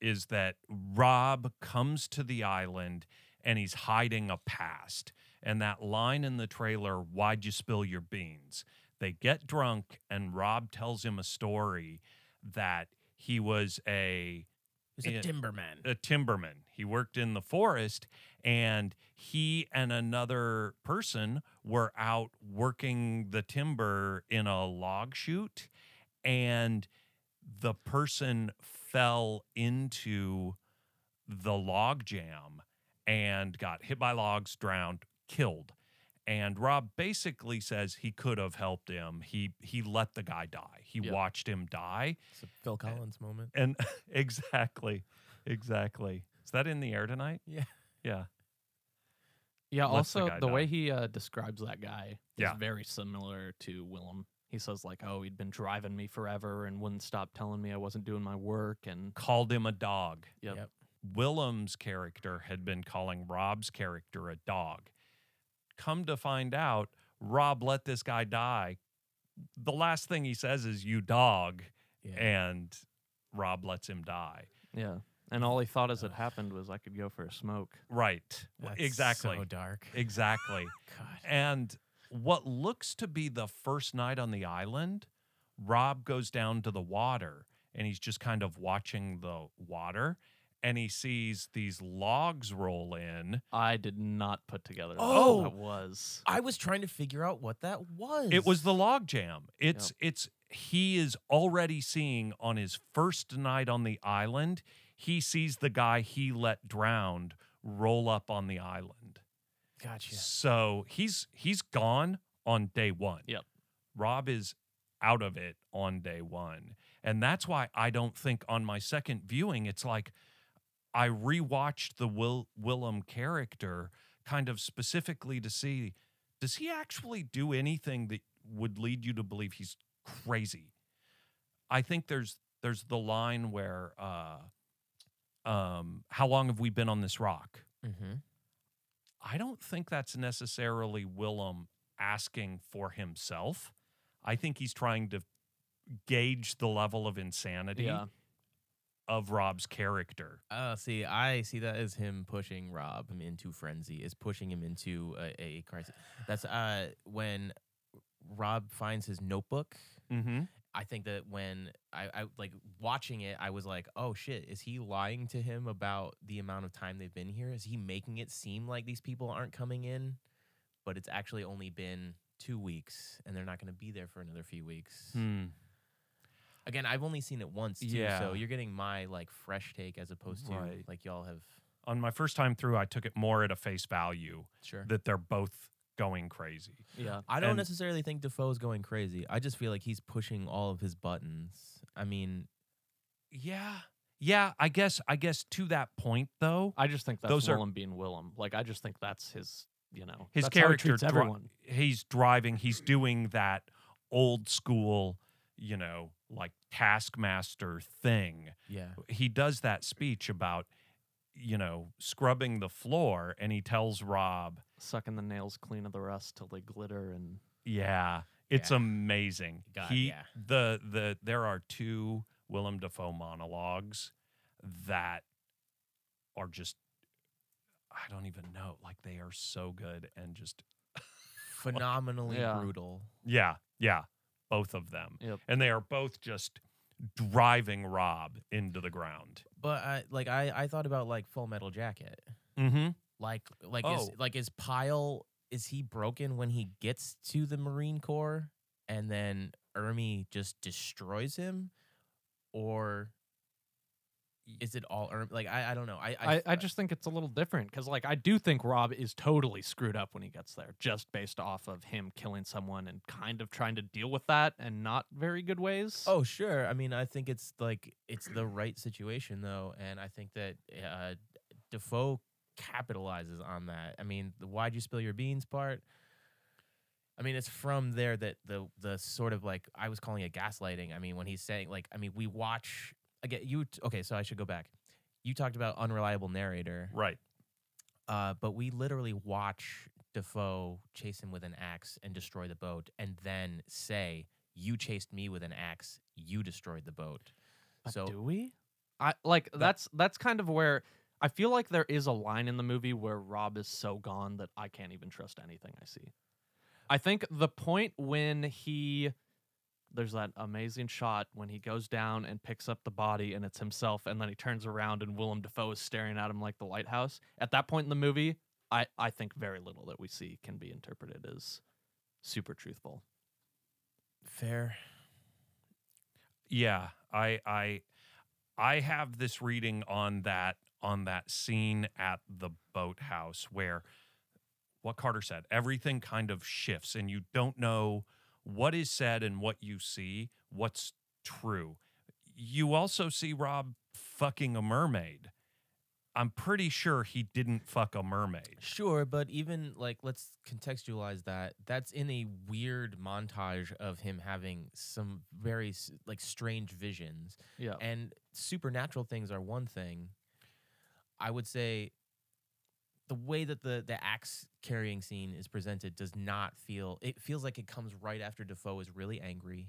is that Rob comes to the island and he's hiding a past. And that line in the trailer, "Why'd you spill your beans?" They get drunk and Rob tells him a story that he was a He's a Yeah. timberman. a Uh, timberman. He worked in the forest, and he and another person were out working the timber in a log chute, and the person fell into the log jam and got hit by logs, drowned, killed. And Rob basically says he could have helped him. He he let the guy die. He Yeah. watched him die. It's a Phil Collins moment. And [LAUGHS] exactly, exactly. Is that in the air tonight? Yeah. Yeah. Yeah. Lets the also, guy the die. way he uh, describes that guy Yeah. is very similar to Willem. He says like, "Oh, he'd been driving me forever and wouldn't stop telling me I wasn't doing my work." And Called him a dog. Yep. Yep. Willem's character had been calling Rob's character a dog. Come to find out, Rob let this guy die. The last thing he says is, You dog. Yeah. And Rob lets him die. yeah, and all he thought as it happened was, "I could go for a smoke." Right. That's exactly. So dark. Exactly. God. And what looks to be the first night on the island, Rob goes down to the water and he's just kind of watching the water and he sees these logs roll in. I did not put together. That Oh! that was I was trying to figure out what that was. It was the log jam. It's it's he is already seeing on his first night on the island, he sees the guy he let drowned roll up on the island. Gotcha. So he's he's gone on day one. Yep. Rob is out of it on day one. And that's why I don't think on my second viewing, it's like I rewatched the Will Willem character kind of specifically to see does he actually do anything that would lead you to believe he's crazy? I think there's there's the line where uh um how long have we been on this rock? Mm-hmm. I don't think that's necessarily Willem asking for himself. I think he's trying to gauge the level of insanity yeah. of Rob's character. Oh, see, I see that as him pushing Rob into frenzy, is pushing him into a, a crisis. That's uh when Rob finds his notebook. Mm-hmm. I think that when I, I like watching it, I was like, "Oh shit, is he lying to him about the amount of time they've been here? Is he making it seem like these people aren't coming in, but it's actually only been two weeks, and they're not going to be there for another few weeks?" Hmm. Again, I've only seen it once, too, Yeah. so you're getting my like fresh take as opposed to Right. like y'all have. On my first time through, I took it more at a face value Sure. that they're both going crazy. Yeah. I don't And- necessarily think Defoe's going crazy. I just feel like he's pushing all of his buttons. I mean, Yeah. Yeah, I guess I guess to that point though, I just think that's Those are- Willem being Willem. Like I just think that's his, you know, his that's how he character treats dri- everyone. he's driving he's doing that old school you know like taskmaster thing yeah. he does that speech about you know scrubbing the floor and he tells rob Sucking the nails clean of the rust till they glitter and yeah it's Yeah. amazing God, he yeah. the the there are two willem dafoe monologues that are just i don't even know like they are so good and just Phenomenally Yeah. brutal. Yeah, yeah, both of them, Yep. and they are both just driving Rob into the ground. But I like I I thought about like Full Metal Jacket. Mm-hmm. Like like is Oh. like is Pyle is he broken when he gets to the Marine Corps and then Ermi just destroys him or is it all Ermi? Like I I don't know. I I, I just think it's a little different because like I do think Rob is totally screwed up when he gets there, just based off of him killing someone and kind of trying to deal with that and not very good ways. Oh sure. I mean, I think it's like it's the right situation though, and I think that uh, Defoe capitalizes on that. I mean, the "Why'd you spill your beans?" part. I mean, it's from there that the the sort of like I was calling it gaslighting. I mean, when he's saying like, I mean, we watch again. You t- okay? So I should go back. You talked about unreliable narrator, Right. uh, but we literally watch Defoe chase him with an axe and destroy the boat, and then say, You chased me with an axe. You destroyed the boat. But so do we? I like that's that's kind of where I feel like there is a line in the movie where Rob is so gone that I can't even trust anything I see. I think the point when he there's that amazing shot when he goes down and picks up the body and it's himself and then he turns around and Willem Dafoe is staring at him like the lighthouse. At that point in the movie, I I think very little that we see can be interpreted as super truthful. fair. yeah i i i have this reading on that on that scene at the boathouse where what carter said everything kind of shifts and you don't know what is said and what you see what's true you also see rob fucking a mermaid i'm pretty sure he didn't fuck a mermaid Sure, but even like let's contextualize that. That's in a weird montage of him having some very s- like strange visions. Yeah. And supernatural things are one thing. I would say the way that the the axe carrying scene is presented does not feel it feels like it comes right after Defoe is really angry.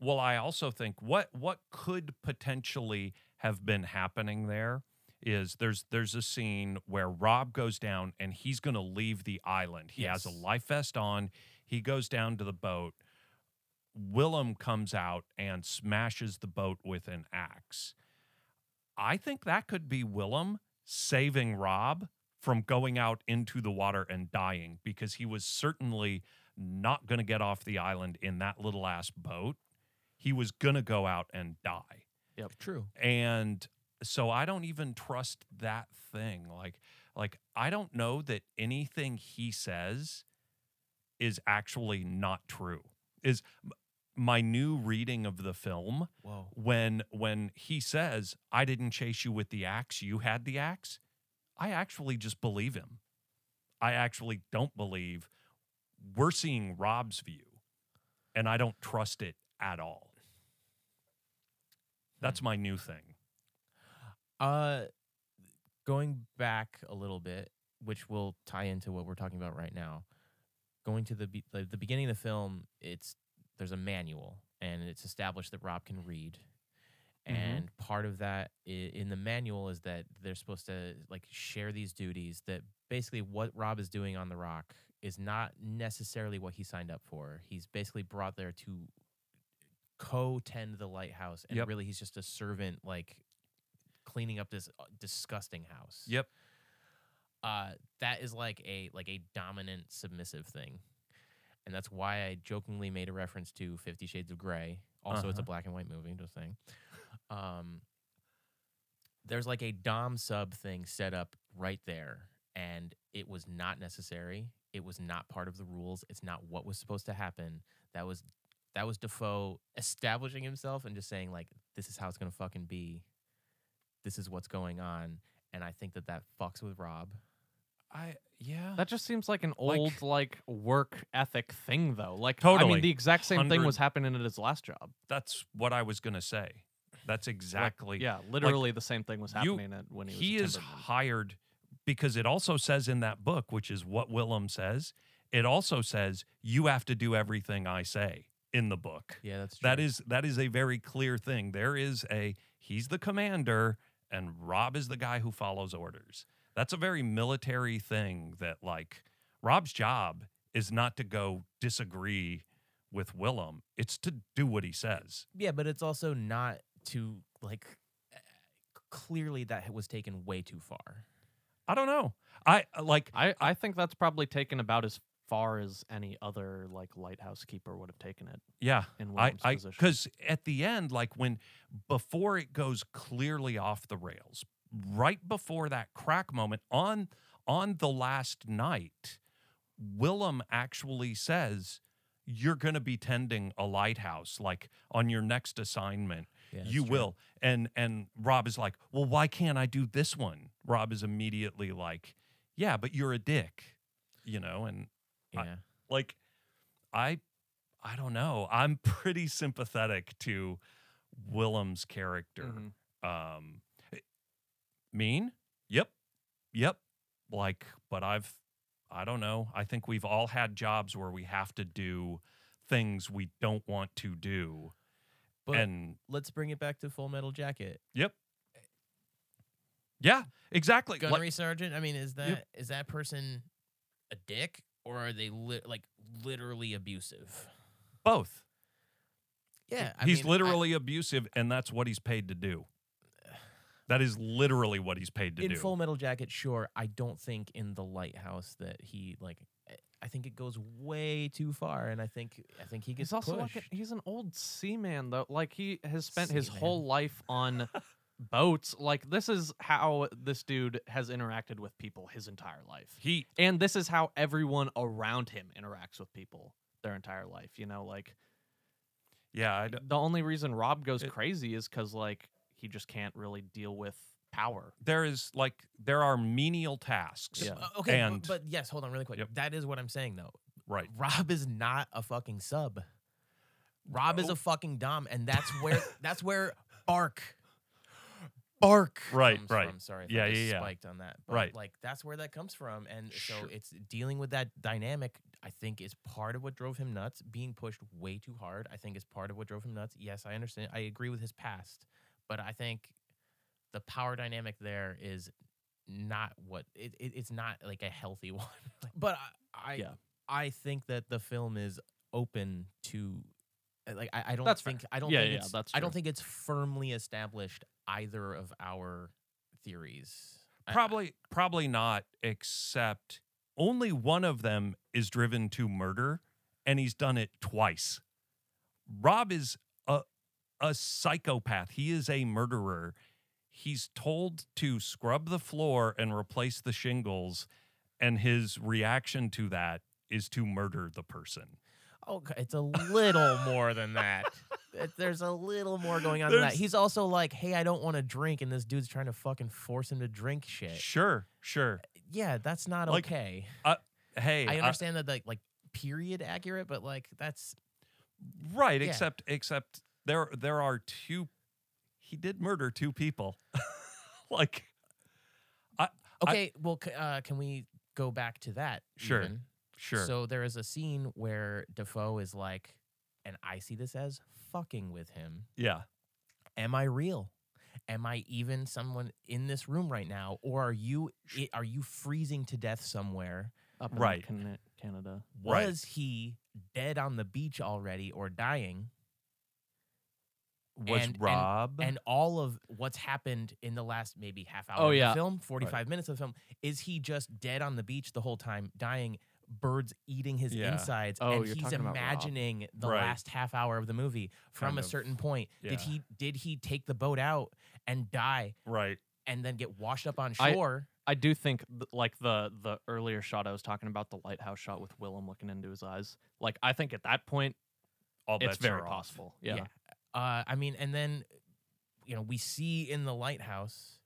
well i also think what what could potentially have been happening there is there's there's a scene where rob goes down and he's going to leave the island he has a Yes. life vest on he goes down to the boat willem comes out and smashes the boat with an axe i think that could be willem saving rob from going out into the water and dying because he was certainly not going to get off the island in that little ass boat he was going to go out and die. True. And so I don't even trust that thing. Like like I don't know that anything he says is actually not true. Is m- my new reading of the film Whoa. when when he says I didn't chase you with the axe, you had the axe. I actually just believe him. I actually don't believe we're seeing Rob's view and I don't trust it at all. That's my new thing. Uh, going back a little bit, which will tie into what we're talking about right now. Going to the be- the, the beginning of the film, it's there's a manual, and it's established that Rob can read. Mhm. And part of that i- in the manual is that they're supposed to like share these duties. That basically what Rob is doing on the rock is not necessarily what he signed up for. He's basically brought there to co-tend the lighthouse, and Yep. really he's just a servant, like cleaning up this uh, disgusting house. Yep. Uh, that is like a like a dominant submissive thing, and that's why I jokingly made a reference to Fifty Shades of Grey. Also, it's a Uh-huh. black and white movie. Just saying. Um, there's like a dom sub thing set up right there, and it was not necessary. It was not part of the rules. It's not what was supposed to happen. That was that was Defoe establishing himself and just saying like, this is how it's gonna fucking be. This is what's going on, and I think that that fucks with Rob. I yeah. That just seems like an Like- old like work ethic thing though. Like I Totally. mean the exact same thing Hundred- was happening at his last job. That's what I was gonna say. That's exactly Yeah, literally the same thing was you- happening at when he was he a is timberman. hired because it also says in that book, which is what Willem says. It also says you have to do everything I say in the book. Yeah, that's That is that is a very clear thing. There is a he's the commander and Rob is the guy who follows orders. That's a very military thing that like Rob's job is not to go disagree with Willem. It's to do what he says. yeah, but it's also not to like eh, clearly that was taken way too far. I don't know. I like I I think that's probably taken about as far as any other like lighthouse keeper would have taken it yeah. in I William's I position. because at the end, like when before it goes clearly off the rails, right before that crack moment on on the last night, Willem actually says, "You're going to be tending a lighthouse, like on your next assignment. Yeah, you will." And and Rob is like, "Well, why can't I do this one?" Rob is immediately like, "Yeah, but you're a dick," you know, and I- Yeah. like i i don't know i'm pretty sympathetic to willem's character Mhm. Mm-hmm. um mean yep yep like but i've I don't know. I think we've all had jobs where we have to do things we don't want to do. But and let's bring it back to Full Metal Jacket. yeah, exactly. Like- gunnery sergeant. I mean, is that is Yep. that person a dick or are they li- like literally abusive? both. Yeah, he's literally abusive, and that's what he's paid to do. That is literally what he's paid to in do. Full Metal Jacket, sure. I don't think in the Lighthouse that he like. I- I think it goes way too far, and I think I think he gets He's also like pushed. a- he's an old seaman though. Like he has spent his Seaman. whole life [LAUGHS] on boats. Like this is how this dude has interacted with people his entire life. he And this is how everyone around him interacts with people their entire life, you know, like yeah, I d the only reason Rob goes It- crazy is cuz like he just can't really deal with power. there is like there are menial tasks. Yeah. Uh, okay, bu- And- but, yes, hold on really quick. Yep. That is what I'm saying though. Right. Rob is not a fucking sub. Rob is No. a fucking dom, and that's [LAUGHS] where that's where bark, bark. Right, comes right. From. Sorry, if Yeah, I just yeah, yeah. Spiked on that. But, Right. Like that's where that comes from, and so Sure. it's dealing with that dynamic. I think is part of what drove him nuts. Being pushed way too hard, I think, is part of what drove him nuts. Yes, I understand. I agree with his past, but I think the power dynamic there is not what it, it, it's not like a healthy [LAUGHS] one. but I I, Yeah. I think that the film is open to uh, like I, I don't That's fair. think I don't Yeah, think yeah, it's, that's I don't true. think it's firmly established either of our theories. I- I- Probably probably not, except only one of them is driven to murder, and he's done it twice. Rob is a a psychopath. He is a murderer. He's told to scrub the floor and replace the shingles, and his reaction to that is to murder the person. oh, c- it's a little more [LAUGHS] than that. It- There's a little more going on than that. There's- He's also like, hey, I don't want to drink, and this dude's trying to fucking force him to drink shit. Sure, sure. Yeah, that's not Like, okay. Hey, I I- understand that like like period accurate, but like that's Right, Yeah. except except there there are two he did murder two people. [LAUGHS] like I- okay. well, c- uh, can we go back to that? Sure, even? sure. So there is a scene where Defoe is like, and I see this as fucking with him. yeah. Am I real? Am I even someone in this room right now, or are you i are you freezing to death somewhere? Up Right. in Cana- Canada. Was Right. he dead on the beach already or Was dying? and- and- Rob And all of what's happened in the last maybe half hour Oh, of yeah. the film, 45 minutes of the film, is he just dead on the beach the whole time, dying, birds eating his Yeah. insides, Oh, and you're he's talking about Rob. imagining the Right. last half hour of the movie from Kind a of, certain point. yeah. Did he did he take the boat out and die right. and then get washed up on I- shore? I do think th- like the the earlier shot I was talking about, the lighthouse shot with Willem looking into his eyes. Like I think at that point All it's bets very are off. possible. Yeah. Uh, I mean, and then, you know, we see in the lighthouse,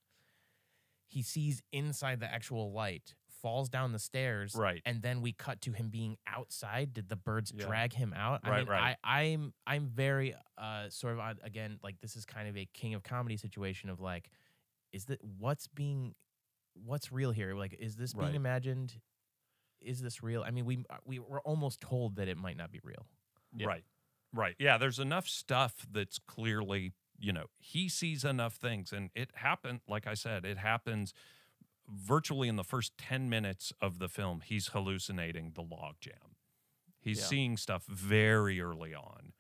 he sees inside the actual light, falls down the stairs, Right. and then we cut to him being outside. Did the birds Yeah. drag him out? I Right, mean, right. I, I'm I'm very uh sort of on, again like this is kind of a king of comedy situation of like, is that what's being, what's real here? Like, is this being Right. imagined? Is this real? I mean, we uh, we were almost told that it might not be real. Yeah. Right. Right. Yeah, there's enough stuff that's clearly, you know, he sees enough things and it happened like I said, it happens virtually in the first 10 minutes of the film. He's hallucinating the log jam. He's Yeah. seeing stuff very early on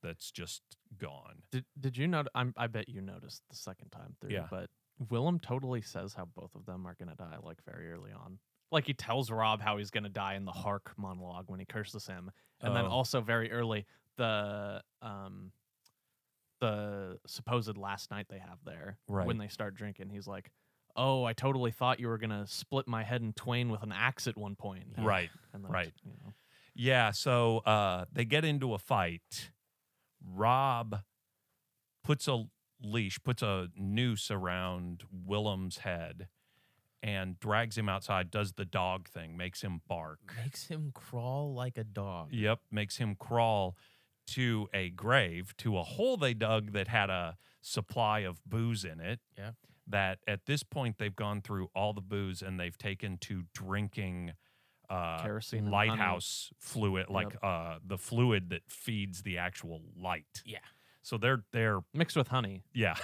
that's just gone. Did Did you know? I'm, I bet you noticed the second time through. Yeah. But Willem totally says how both of them are gonna die like very early on. Like he tells Rob how he's gonna die in the Hark monologue when he curses him, and then Oh. also very early the um the supposed last night they have there Right. when they start drinking. He's like. Oh, I totally thought you were gonna split my head in twain with an axe at one point. Right. And then, Right. You know. Yeah, so uh, they get into a fight. Rob puts a leash, puts a noose around Willem's head and drags him outside, does the dog thing, makes him bark. Makes him crawl like a dog. Yep, makes him crawl to a grave, to a hole they dug that had a supply of booze in it. Yeah. That at this point they've gone through all the booze and they've taken to drinking uh, Kerosene and honey. lighthouse fluid, like uh, the fluid that feeds the actual light. Yeah. So they're they're mixed with honey. yeah.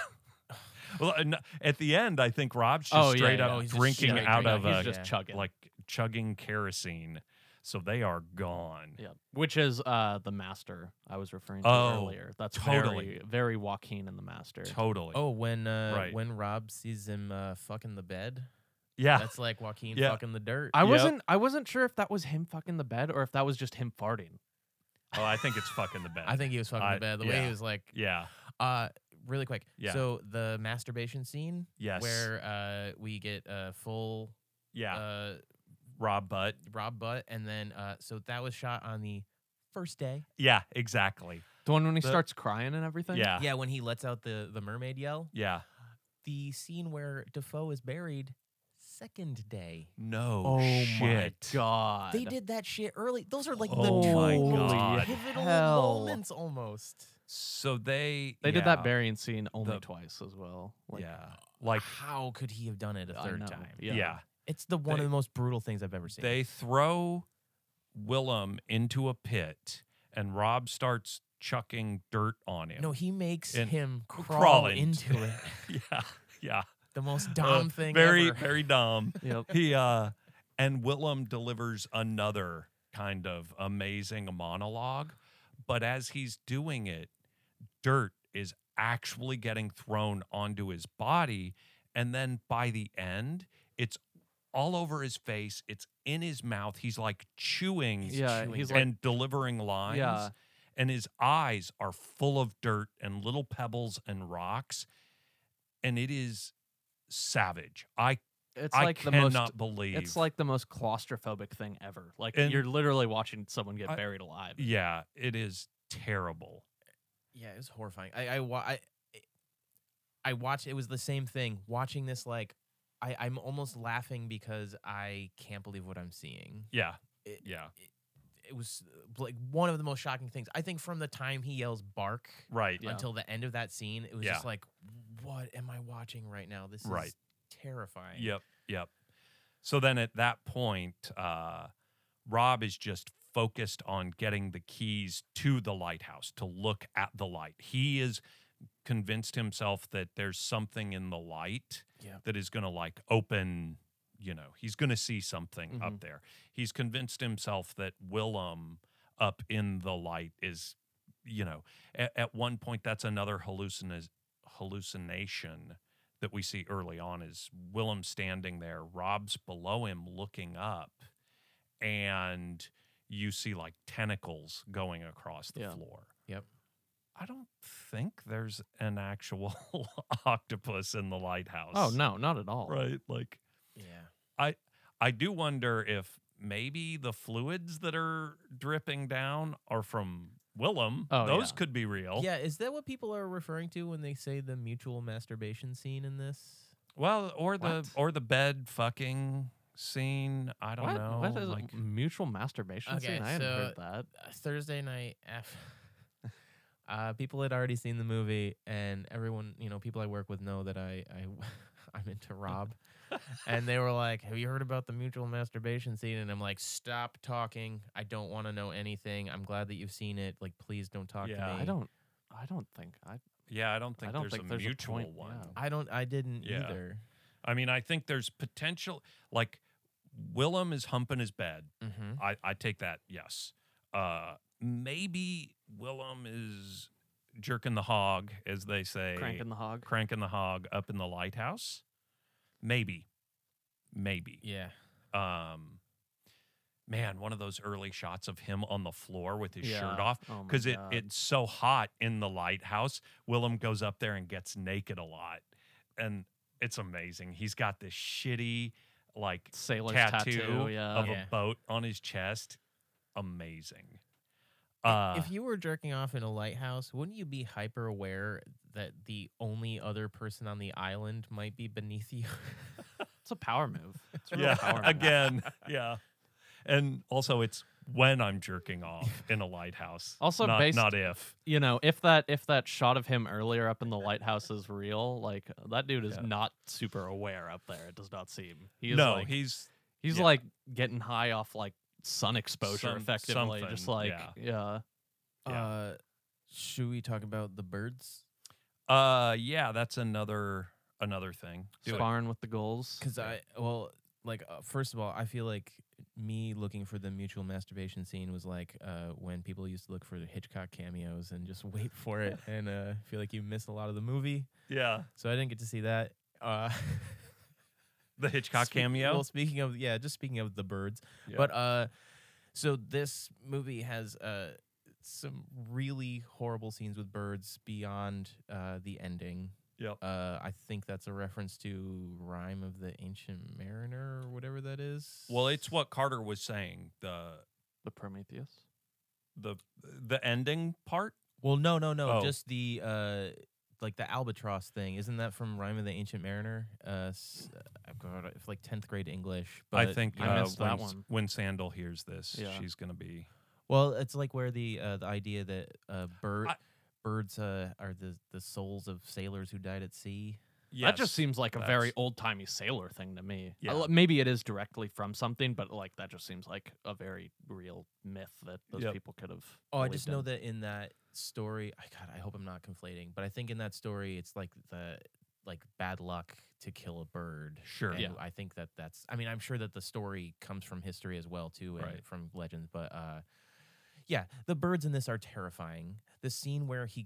[LAUGHS] well, and at the end, I think Rob's just Oh, yeah, straight yeah. up Oh, he's just drinking straight out drinking. of he's a just yeah. chugging. like chugging kerosene. So they are gone. yeah, which is uh the master I was referring to Oh, earlier. That's totally. very very Joaquin in the master. Totally. Oh, when uh, Right. when Rob sees him uh, fucking the bed, yeah. that's like Joaquin Yeah. fucking the dirt. I Yep. wasn't I wasn't sure if that was him fucking the bed or if that was just him farting. [LAUGHS] Oh, I think it's fucking the best. I think he was fucking I- the bed. The way yeah. he was like, Yeah. uh, really quick. Yeah. So the masturbation scene, Yes. where uh, we get uh, full Yeah. uh, Rob Butt. Rob butt, and then uh, so that was shot on the first day. Yeah. Exactly. The one when he The- starts crying and everything. Yeah. Yeah, when he lets out the the mermaid yell. Yeah. The scene where Defoe is buried, second day. No. Oh shit. my god. They did that shit early. Those are like Oh the two my most God. pivotal Hell. moments almost. So they They did that yeah, burying scene only The- twice as well. Like, yeah. [SIGHS] Like how could he have done it a I third know, time? yeah. yeah. It's the one They- of the most brutal things I've ever seen. They throw Willem into a pit and Rob starts chucking dirt on him. no, he makes And him crawl crawl into it. [LAUGHS] yeah. Yeah. The most Uh, dumb thing Very, ever. very dumb. [LAUGHS] Yep. he uh and Willem delivers another kind of amazing monologue, but as he's doing it, dirt is actually getting thrown onto his body and then by the end, it's all over his face, it's in his mouth. He's like chewing Yeah, he's like and delivering lines. Yeah. And his eyes are full of dirt and little pebbles and rocks. And it is savage. I it's I like the cannot most believe it's like the most claustrophobic thing ever. Like And- you're literally watching someone get I- buried alive. Yeah, it is terrible. Yeah, it was horrifying. I I wa- I, I watched. It was the same thing. Watching this, like, I I'm almost laughing because I can't believe what I'm seeing. Yeah, It, yeah. it was uh, like one of the most shocking things. I think from the time he yells "bark" Right. Yeah. until the end of that scene, it was Yeah. just like, what am I watching right now? This Right. is terrifying. Yep, yep. So then at that point, uh, Rob is just focused on getting the keys to the lighthouse to look at the light. He is convinced himself that there's something in the light Yeah. that is going to like open, you know, he's going to see something up Mhm. there. He's convinced himself that Willem up in the light is, you know, at, at one point, that's another hallucina- hallucination that we see early on is Willem standing there, Rob's below him looking up, and you see like tentacles going across the Yeah. floor. Yep. I don't think there's an actual [LAUGHS] octopus in the lighthouse. Oh no, not at all. Right? Like Yeah. I do wonder if maybe the fluids that are dripping down are from Willem. Oh, Those yeah. could be real. Yeah. Is that what people are referring to when they say the mutual masturbation scene in this? Well, or the What? or the bed fucking scene. I don't What? know. what is like, mutual masturbation Okay, scene? I hadn't heard so- that. uh, Thursday night after. [LAUGHS] Uh, people had already seen the movie, and everyone, you know, people I work with know that I, I [LAUGHS] I'm into Rob, and they were like, "Have you heard about the mutual masturbation scene?" And I'm like, "Stop talking! I don't want to know anything. I'm glad that you've seen it. Like, please don't talk to Yeah. me. I don't I don't think I yeah, I don't think I don't there's think a there's a mutual point, one. yeah. I don't. I didn't Yeah. either. I mean, I think there's potential. Like Willem is humping his bed. Mm-hmm. I, I take that. Yes. Uh, maybe Willem is jerking the hog, as they say, cranking the hog. cranking the hog up in the lighthouse. Maybe, maybe. Yeah. um man one of those early shots of him on the floor with his shirt Yeah. off Oh my because it God. it's so hot in the lighthouse willem goes up there and gets naked a lot and it's amazing he's got this shitty like sailor's tattoo, tattoo, yeah. of Yeah. a boat on his chest amazing uh if you were jerking off in a lighthouse, wouldn't you be hyper aware that the only other person on the island might be beneath you? [LAUGHS] It's a power move. It's a real yeah [LAUGHS] power move. again yeah and also it's when i'm jerking off in a lighthouse [LAUGHS] Also not, based- not if You know, if that if that shot of him earlier up in the lighthouse is real, like that dude is Yeah. not super aware up there. It does not seem. He is no like, he's He's Yeah. like getting high off like sun exposure, Some- effectively. Just something, like yeah. yeah. Yeah. Uh, should we talk about the birds? Uh, yeah, that's another another thing. Do it. sparring with the goals. Because I, well, like, uh, first of all, I feel like me looking for the mutual masturbation scene was like uh, when people used to look for the Hitchcock cameos and just [LAUGHS] wait for it and uh, feel like you miss a lot of the movie. Yeah, So I didn't get to see that. Uh, [LAUGHS] the Hitchcock speak- cameo. Well, speaking of, yeah, just speaking of the birds. Yeah. But uh, so this movie has uh, some really horrible scenes with birds beyond uh, the ending. Yep. Uh, I think that's a reference to Rhyme of the Ancient Mariner or whatever that is. Well, it's what Carter was saying. The the Prometheus. the the ending part. Well, no, no, no. Oh. Just the uh, like the albatross thing. Isn't that from Rhyme of the Ancient Mariner? Uh, s- I've got it, it's like tenth grade English. But I think I uh, missed that when, one. when Sandal hears this, Yeah. she's gonna be. Well, it's like where the uh, the idea that uh, bird I- birds uh, are the the souls of sailors who died at sea. Yes. that just seems like a very that's- old timey sailor thing to me. Yeah. Yeah. maybe it is directly from something, but like that just seems like a very real myth that those Yep. people could have. Oh, I just know that. that in that story, I God, I hope I'm not conflating, but I think in that story, it's like the like bad luck to kill a bird. Sure. And Yeah. I think that that's. I mean, I'm sure that the story comes from history as well too, and Right. from legends. But uh, yeah, the birds in this are terrifying. The scene where he,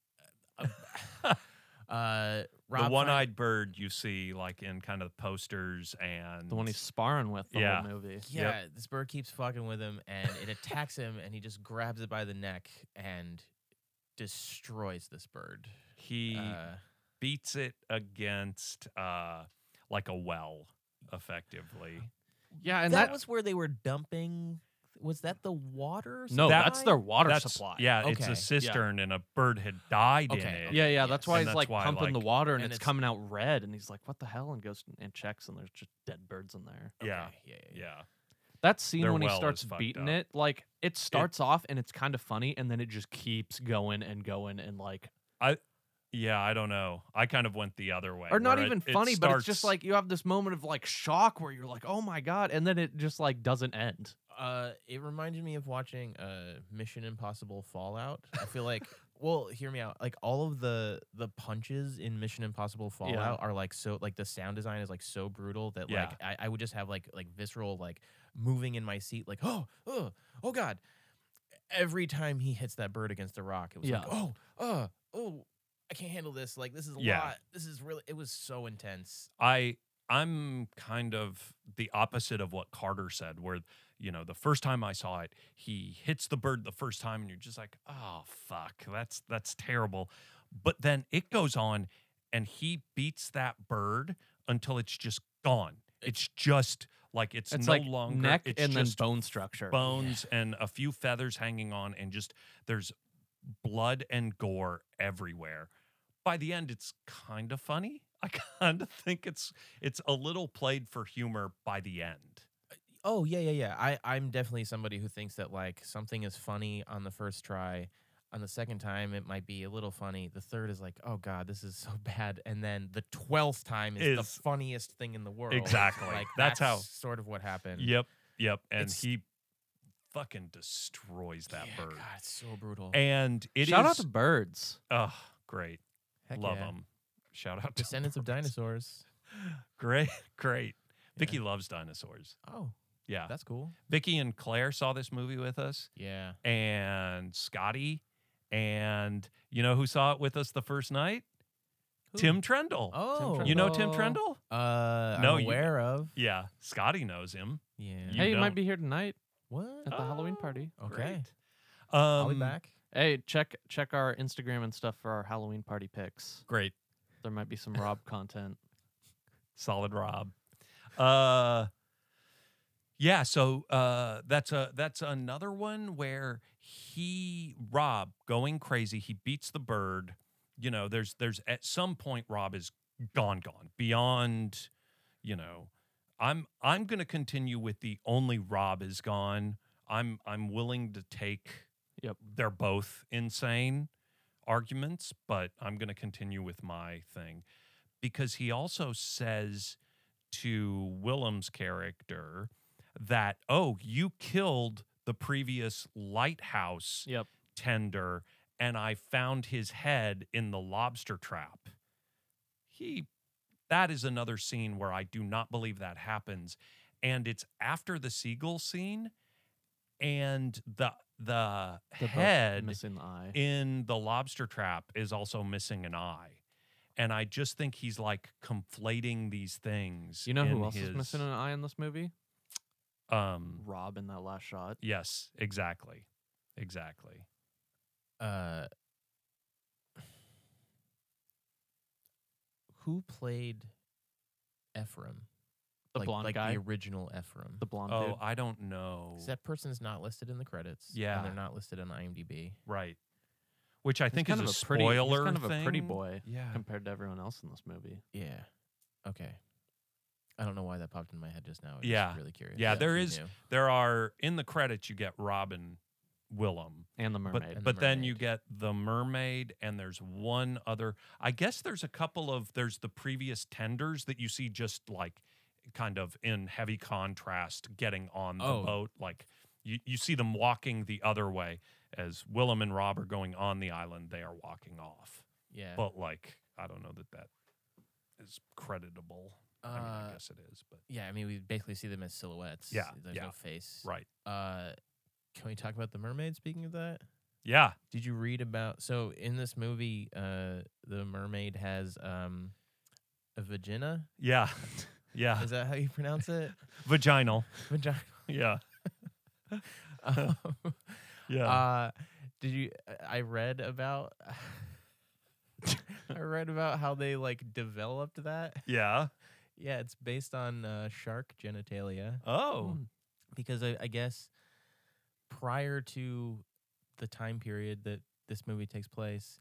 [LAUGHS] uh, Rob the fin- one-eyed bird you see like in kind of posters and The one he's sparring with the Yeah. whole movie. Yeah, this bird keeps fucking with him and it attacks him and he just grabs it by the neck and destroys this bird. he Uh, beats it against uh like a well effectively. Yeah, and that, that, was where they were dumping was that the water? no, that- that's their water That's- supply. Yeah, it's Okay. Yeah. a cistern and a bird had died in Okay, it. yeah, yeah. Yes. That's And why he's that's like why, pumping the like- water and, and it's, it's- coming out red, and he's like, "What the hell?" and goes and checks, and there's just dead birds in there. Yeah. Okay, yeah, yeah. Yeah. That scene Their when well he is starts fucked beating up. it, like it starts off and it's kind of funny, and then it just keeps going and going and like, Yeah, I don't know. I kind of went the other way. or not where it- even it funny, but it's just starts- like you have this moment of like shock where you're like, "Oh my god," and then it just like doesn't end. Uh it reminded me of watching uh Mission Impossible Fallout. I [LAUGHS] feel like well, hear me out. Like all of the the punches in Mission Impossible Fallout are like so like the sound design is like so brutal that Yeah. like I, I would just have like like visceral like moving in my seat like oh oh oh god. Every time he hits that bird against the rock, it was like Yeah. oh uh oh I can't handle this. Like this is a Yeah. lot. This is really it was so intense. I I'm kind of the opposite of what Carter said, where you know the first time I saw it, he hits the bird the first time, and you're just like, oh fuck, that's that's terrible. But then it goes on, and he beats that bird until it's just gone. It's just like it's, It's no like longer neck it's and then just bone structure. bones and a few feathers hanging on, and just there's blood and gore everywhere. By the end, it's kind of funny. [LAUGHS] I kind of think it's it's a little played for humor by the end. Oh yeah, yeah, yeah. I I'm definitely somebody who thinks that like something is funny on the first try. On the second time, it might be a little funny. The third is like, oh god, this is [LAUGHS] so bad. And then the twelfth time is, the Is- funniest thing in the world. Exactly. Like That's how- sort of what happened. Yep, yep. And It's- he fucking destroys that Yeah, bird. God, it's so brutal. And it is Shout out to birds. oh great, Heck love yeah. them. Shout out to [LAUGHS] Descendants of birds. dinosaurs. Great, [LAUGHS] great. Yeah. Vicky loves dinosaurs. Oh, Yeah, that's cool. Vicky and Claire saw this movie with us. Yeah. and Scotty. And you know who saw it with us the first night? Tim Trendle. Oh, you know Tim Trendle. Trendle? Uh, No, I'm you- aware of. Yeah, Scotty knows him. Yeah. You hey, you might don't. be here tonight What? at the Halloween Oh, party. Okay. Great. Um, I'll be back. Hey, check check our Instagram and stuff for our Halloween party pics. Great, There might be [LAUGHS] some Rob content. solid Rob. Uh, yeah. So uh, that's a that's another one where he Rob going crazy. He beats the bird. You know, there's there's at some point Rob is gone, gone beyond. You know, I'm I'm gonna continue with the only Rob is gone. I'm I'm willing to take. Yep. They're both insane arguments, but I'm gonna continue with my thing because he also says to Willem's character that, oh, you killed the previous lighthouse Yep. tender and I found his head in the lobster trap. He that is another scene where I do not believe that happens and it's after the seagull scene and the the, The boat head missing the eye. in the lobster trap is also missing an eye. And I just think he's like conflating these things. you know in who else his- is missing an eye in this movie? Um, Rob in that last shot. yes, exactly. Exactly. Uh, who played Ephraim? The like, blonde like guy. the original Ephraim. The blonde oh, dude. I don't know. 'Cause that person's not listed in the credits. Yeah. and they're not listed on IMDb. right. Which I He's think kind is of a pretty, he's spoiler kind of a pretty thing. [SIGHS] boy Yeah. compared to everyone else in this movie. Yeah. Okay. I don't know why that popped in my head just now. I was Yeah. Just really curious. Yeah, if there you is- knew. There are in the credits you get Robin Willem. And the mermaid. But, And the but then you mermaid. get the mermaid, and there's one other. I guess there's a couple of there's the previous tenders that you see just like kind of in heavy contrast getting on the Oh. boat. Like you, you see them walking the other way as Willem and Rob are going on the island, they are walking off. Yeah. But like, I don't know that that is creditable. I mean, I Uh, guess it is, but yeah, I mean, we basically see them as silhouettes. Yeah, There's yeah, no face. right. Uh, can we talk about the mermaid? Speaking of that, Yeah. did you read about? So in this movie, uh, the mermaid has um, a vagina. Yeah. [LAUGHS] Yeah. Is that how you pronounce it? Vaginal. vagina. Yeah. [LAUGHS] Um, Yeah. uh, did you? I- I read about. [LAUGHS] I read about how they like developed that. yeah. Yeah, it's based on uh, shark genitalia. Oh. Mm. because I, I guess prior to the time period that this movie takes place,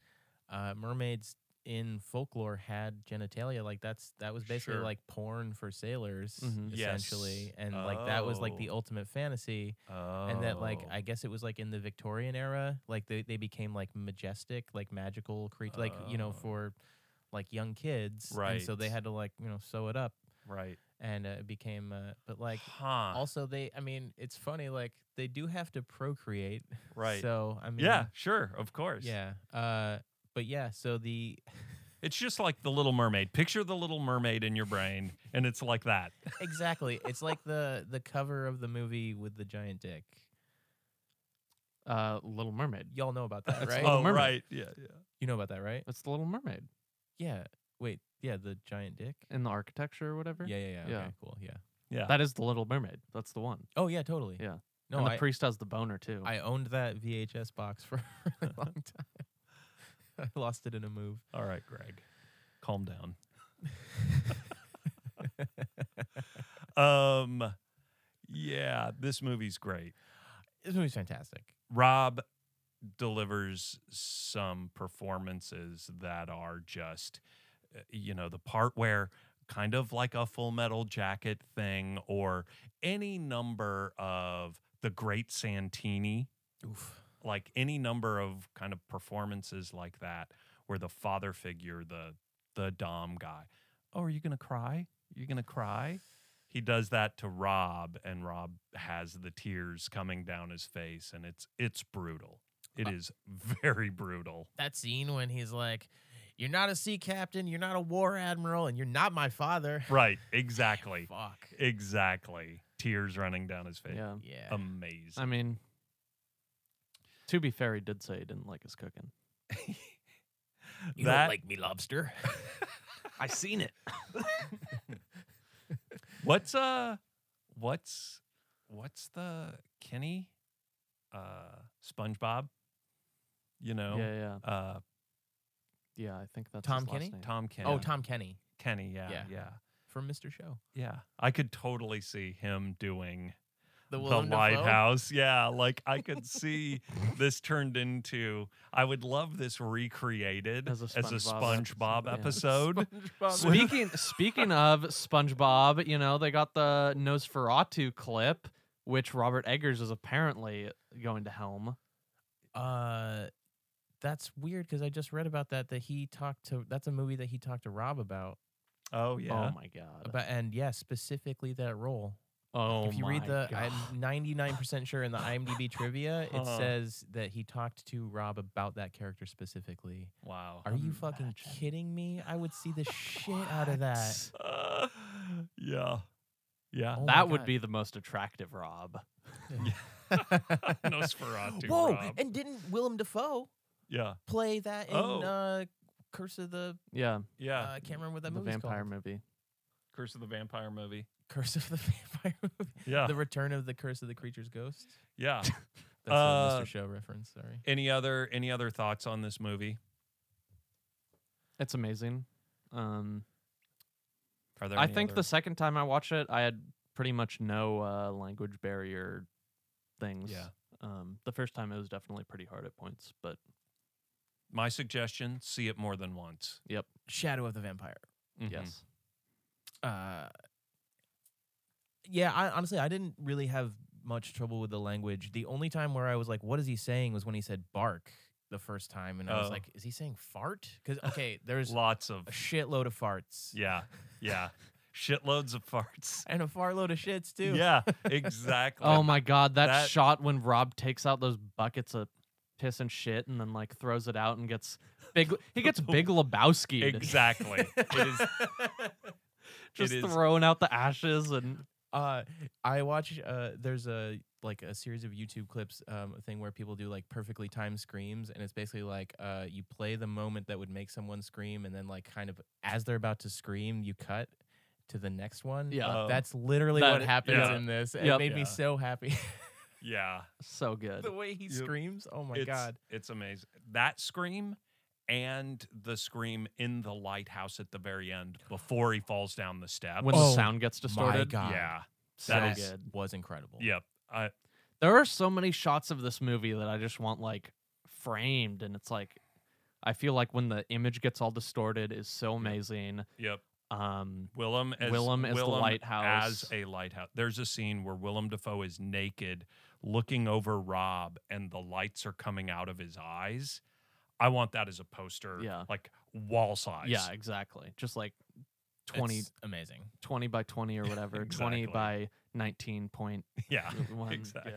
uh, mermaids in folklore had genitalia. Like that's that was basically Sure. Mm-hmm. like porn for sailors, Mhm. essentially, Yes. and like that was like the Oh. ultimate fantasy. And that like I guess it was like in the Victorian era, like they they became like majestic, like magical creatures, like you know Oh. for like young kids, And so they Right. had to like you know sew it up, right. and uh, it became. Uh, but like huh. also they i mean it's funny like they do have to procreate [LAUGHS] right. so i mean yeah, sure, of course. yeah uh but yeah so the [LAUGHS] It's just like the Little Mermaid. Picture the Little Mermaid in your brain, and it's like that. exactly it's like the the cover of the movie with the giant dick Uh, Little Mermaid. y'all know [LAUGHS] about that [LAUGHS] right oh, Mermaid. right. Yeah, yeah. you know about that right It's the Little Mermaid yeah wait yeah the giant dick in the architecture or whatever. yeah yeah yeah, Yeah. okay cool yeah Yeah. That is the Little Mermaid. That's the one. oh yeah totally Yeah. no and the I, priest has the boner too. I owned that vhs box for a [LAUGHS] really long time [LAUGHS] i lost it in a move All right, Greg. Calm [LAUGHS] down. [LAUGHS] um yeah, this movie's great. this movie's fantastic Rob delivers some performances that are just, uh, you know, the part where kind of like a full metal jacket thing or any number of the great Santini, Oof. like any number of kind of performances like that where the father figure, the the dom guy, oh, are you gonna cry? You're gonna cry? He does that to Rob, and Rob has the tears coming down his face, and it's it's brutal. It Uh, is very brutal. that scene when he's like, "You're not a sea captain, you're not a war admiral, and you're not my father." Right, exactly. [LAUGHS] Fuck. Exactly. Tears running down his face. yeah. Yeah. Amazing. I mean, to be fair, he did say he didn't like his cooking. you that- don't like me, lobster. I [LAUGHS] seen it. What's uh what's what's the Kenny uh SpongeBob? You know? Yeah, yeah, Uh yeah. I think that's Tom his last Kenny? name. Tom Kenny. Oh, Tom Kenny Kenny, yeah, yeah. Yeah. Yeah. from Mr. Show. I could totally see him doing Willem the Dafoe? [LAUGHS] lighthouse. Yeah, like I could see this turned into. I would love this recreated As a SpongeBob SpongeBob episode, episode. [LAUGHS] Speaking speaking of SpongeBob, you know they got the Nosferatu clip, which Robert Eggers is apparently going to helm. Uh, that's weird because I just read about that. That he talked to. That's a movie that he talked to Rob about. Oh yeah. Oh my god. But and yeah, specifically that role. Oh if you my [LAUGHS] read the, god. Uh-huh. I'm 99% sure in [LAUGHS] the IMDb trivia, it Huh. says that he talked to Rob about that character specifically. wow. [SIGHS] Are you fucking Imagine. kidding me? I would see the shit out of that. Uh, yeah. Yeah. Oh my that would God. be the most attractive Rob. [LAUGHS] Nosferatu. Whoa! Rob. And didn't Willem Dafoe yeah. play that in Oh. uh, Curse of the? Yeah, Yeah. Uh, I can't remember what that the movie's vampire called. movie. Curse of the Vampire movie. Curse of the [LAUGHS] Vampire movie. Yeah. The Return of the Curse of the Creature's Ghost. yeah. [LAUGHS] That's a Uh, Mr. Show reference. Sorry. Any other any other thoughts on this movie? It's amazing. Um, Are there I any think other- the second time I watched it, I had pretty much no uh, language barrier things. Yeah. Um, the first time it was definitely pretty hard at points, but my suggestion, see it more than once. Shadow of the Vampire. Mhm. yes, Uh, yeah. I, honestly, I didn't really have much trouble with the language. The only time where I was like, "What is he saying?" was when he said "bark" the first time, and I was Oh. like, "Is he saying fart?" [LAUGHS] Because okay, there's Lots of a shitload of farts. [LAUGHS] Yeah. Yeah. Shitloads of [LAUGHS] farts. And a fartload of shits too. [LAUGHS] Yeah, exactly. Oh my god, that, that- shot when Rob takes out those buckets of piss and shit and then like throws it out and gets [LAUGHS] big he gets big Lebowski. Exactly. it is [LAUGHS] [LAUGHS] Just is- throwing out the ashes and Uh, I watch. Uh, there's a like a series of YouTube clips, um, thing where people do like perfectly timed screams, and it's basically like, uh, you play the moment that would make someone scream, and then like kind of as they're about to scream, you cut to the next one. Yeah. Oh. that's literally That- what happens yeah. in this. and It Yep. made Yeah. me so happy. [LAUGHS] yeah. so good. the way he Yep. screams. Oh my it's, god. It's amazing. That scream and the scream in the lighthouse at the very end before he falls down the steps. When Oh the sound gets distorted. My god. Yeah. So that That is- good. was incredible. Yep. I, There are so many shots of this movie that I just want like framed and it's like I feel like when the image gets all distorted is so amazing. yep. Um Willem as Willem as the lighthouse. as a lighthouse. There's a scene where Willem Dafoe is naked, looking over Rob, and the lights are coming out of his eyes. I want that as a poster, Yeah. like wall size. [LAUGHS] yeah, exactly. Just like 20 It's amazing. 20 by 20 or [LAUGHS] whatever, 20 Exactly. by 19 point yeah, [LAUGHS] one. yeah. exactly.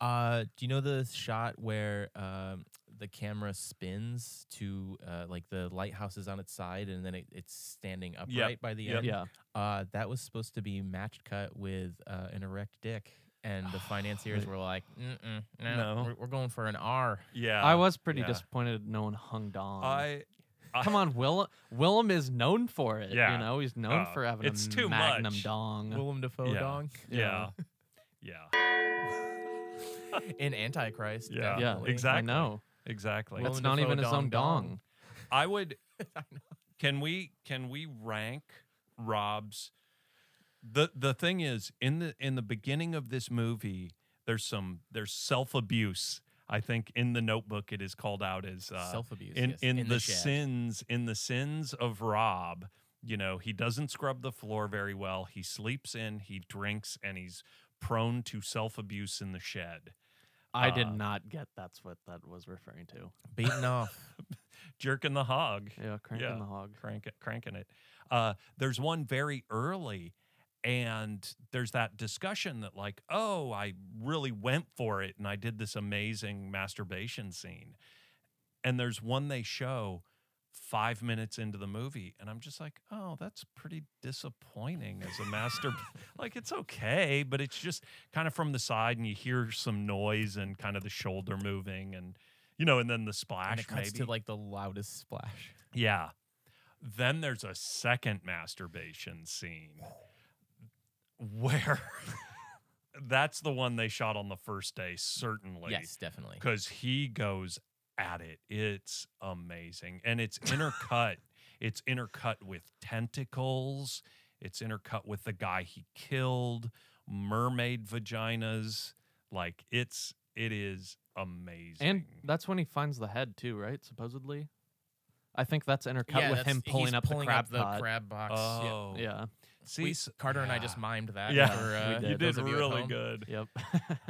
Uh, do you know the shot where um, the camera spins to uh, like the lighthouse is on its side and then it, it's standing upright by the yep. end? Yeah. Uh, that was supposed to be match cut with uh, an erect dick, and [SIGHS] the financiers were like, Mm-mm, "No, No. We're, we're going for an R." Yeah, I was pretty yeah. disappointed no one hung Dong. I, I Come on, Willem. Willem is known for it. Yeah. You know, he's known Uh, for having it's a too magnum much. dong. Willem Dafoe Yeah. dong [LAUGHS] Yeah, yeah, [LAUGHS] in Antichrist. Yeah. yeah, definitely. exactly. I know. exactly. That's Willem not Dafoe even his dong own dong. dong. [LAUGHS] I would. Can we can we rank Rob's? The the thing is in the in the beginning of this movie, there's some there's self abuse. I think in the notebook it is called out as uh, Self abuse in in, the, shed. sins in the sins of Rob. You know he doesn't scrub the floor very well. He sleeps in. He drinks, and he's prone to self abuse in the shed. I did Uh, not get that's what that was referring to. [LAUGHS] beaten off. Jerking the hog. Yeah, cranking yeah. the hog. crank it, cranking it. Uh, there's one very early, and there's that discussion that like, oh, I really went for it, and I did this amazing masturbation scene. And there's one they show five minutes into the movie, and I'm just like, oh, that's pretty disappointing as a [LAUGHS] master. [LAUGHS] like it's okay, but it's just kind of from the side, and you hear some noise and kind of the shoulder moving, and you know, and then the splash. And it cuts maybe. to like the loudest splash. Yeah. Then there's a second masturbation scene where [LAUGHS] that's the one they shot on the first day, certainly. yes, definitely. Because he goes at it. It's amazing. And [LAUGHS] it's intercut. it's intercut with tentacles, it's intercut with the guy he killed, mermaid vaginas. Like it's, it is amazing. And that's when he finds the head too, right? Supposedly. I think that's intercut Yeah, with that's- him pulling he's up pulling the crab up the pot. crab box. yeah. oh, Yeah. See, We- s- Carter and I just yeah. mimed that. Yeah, for, uh, we you did did. [LAUGHS] those of you at really home. good. Yep.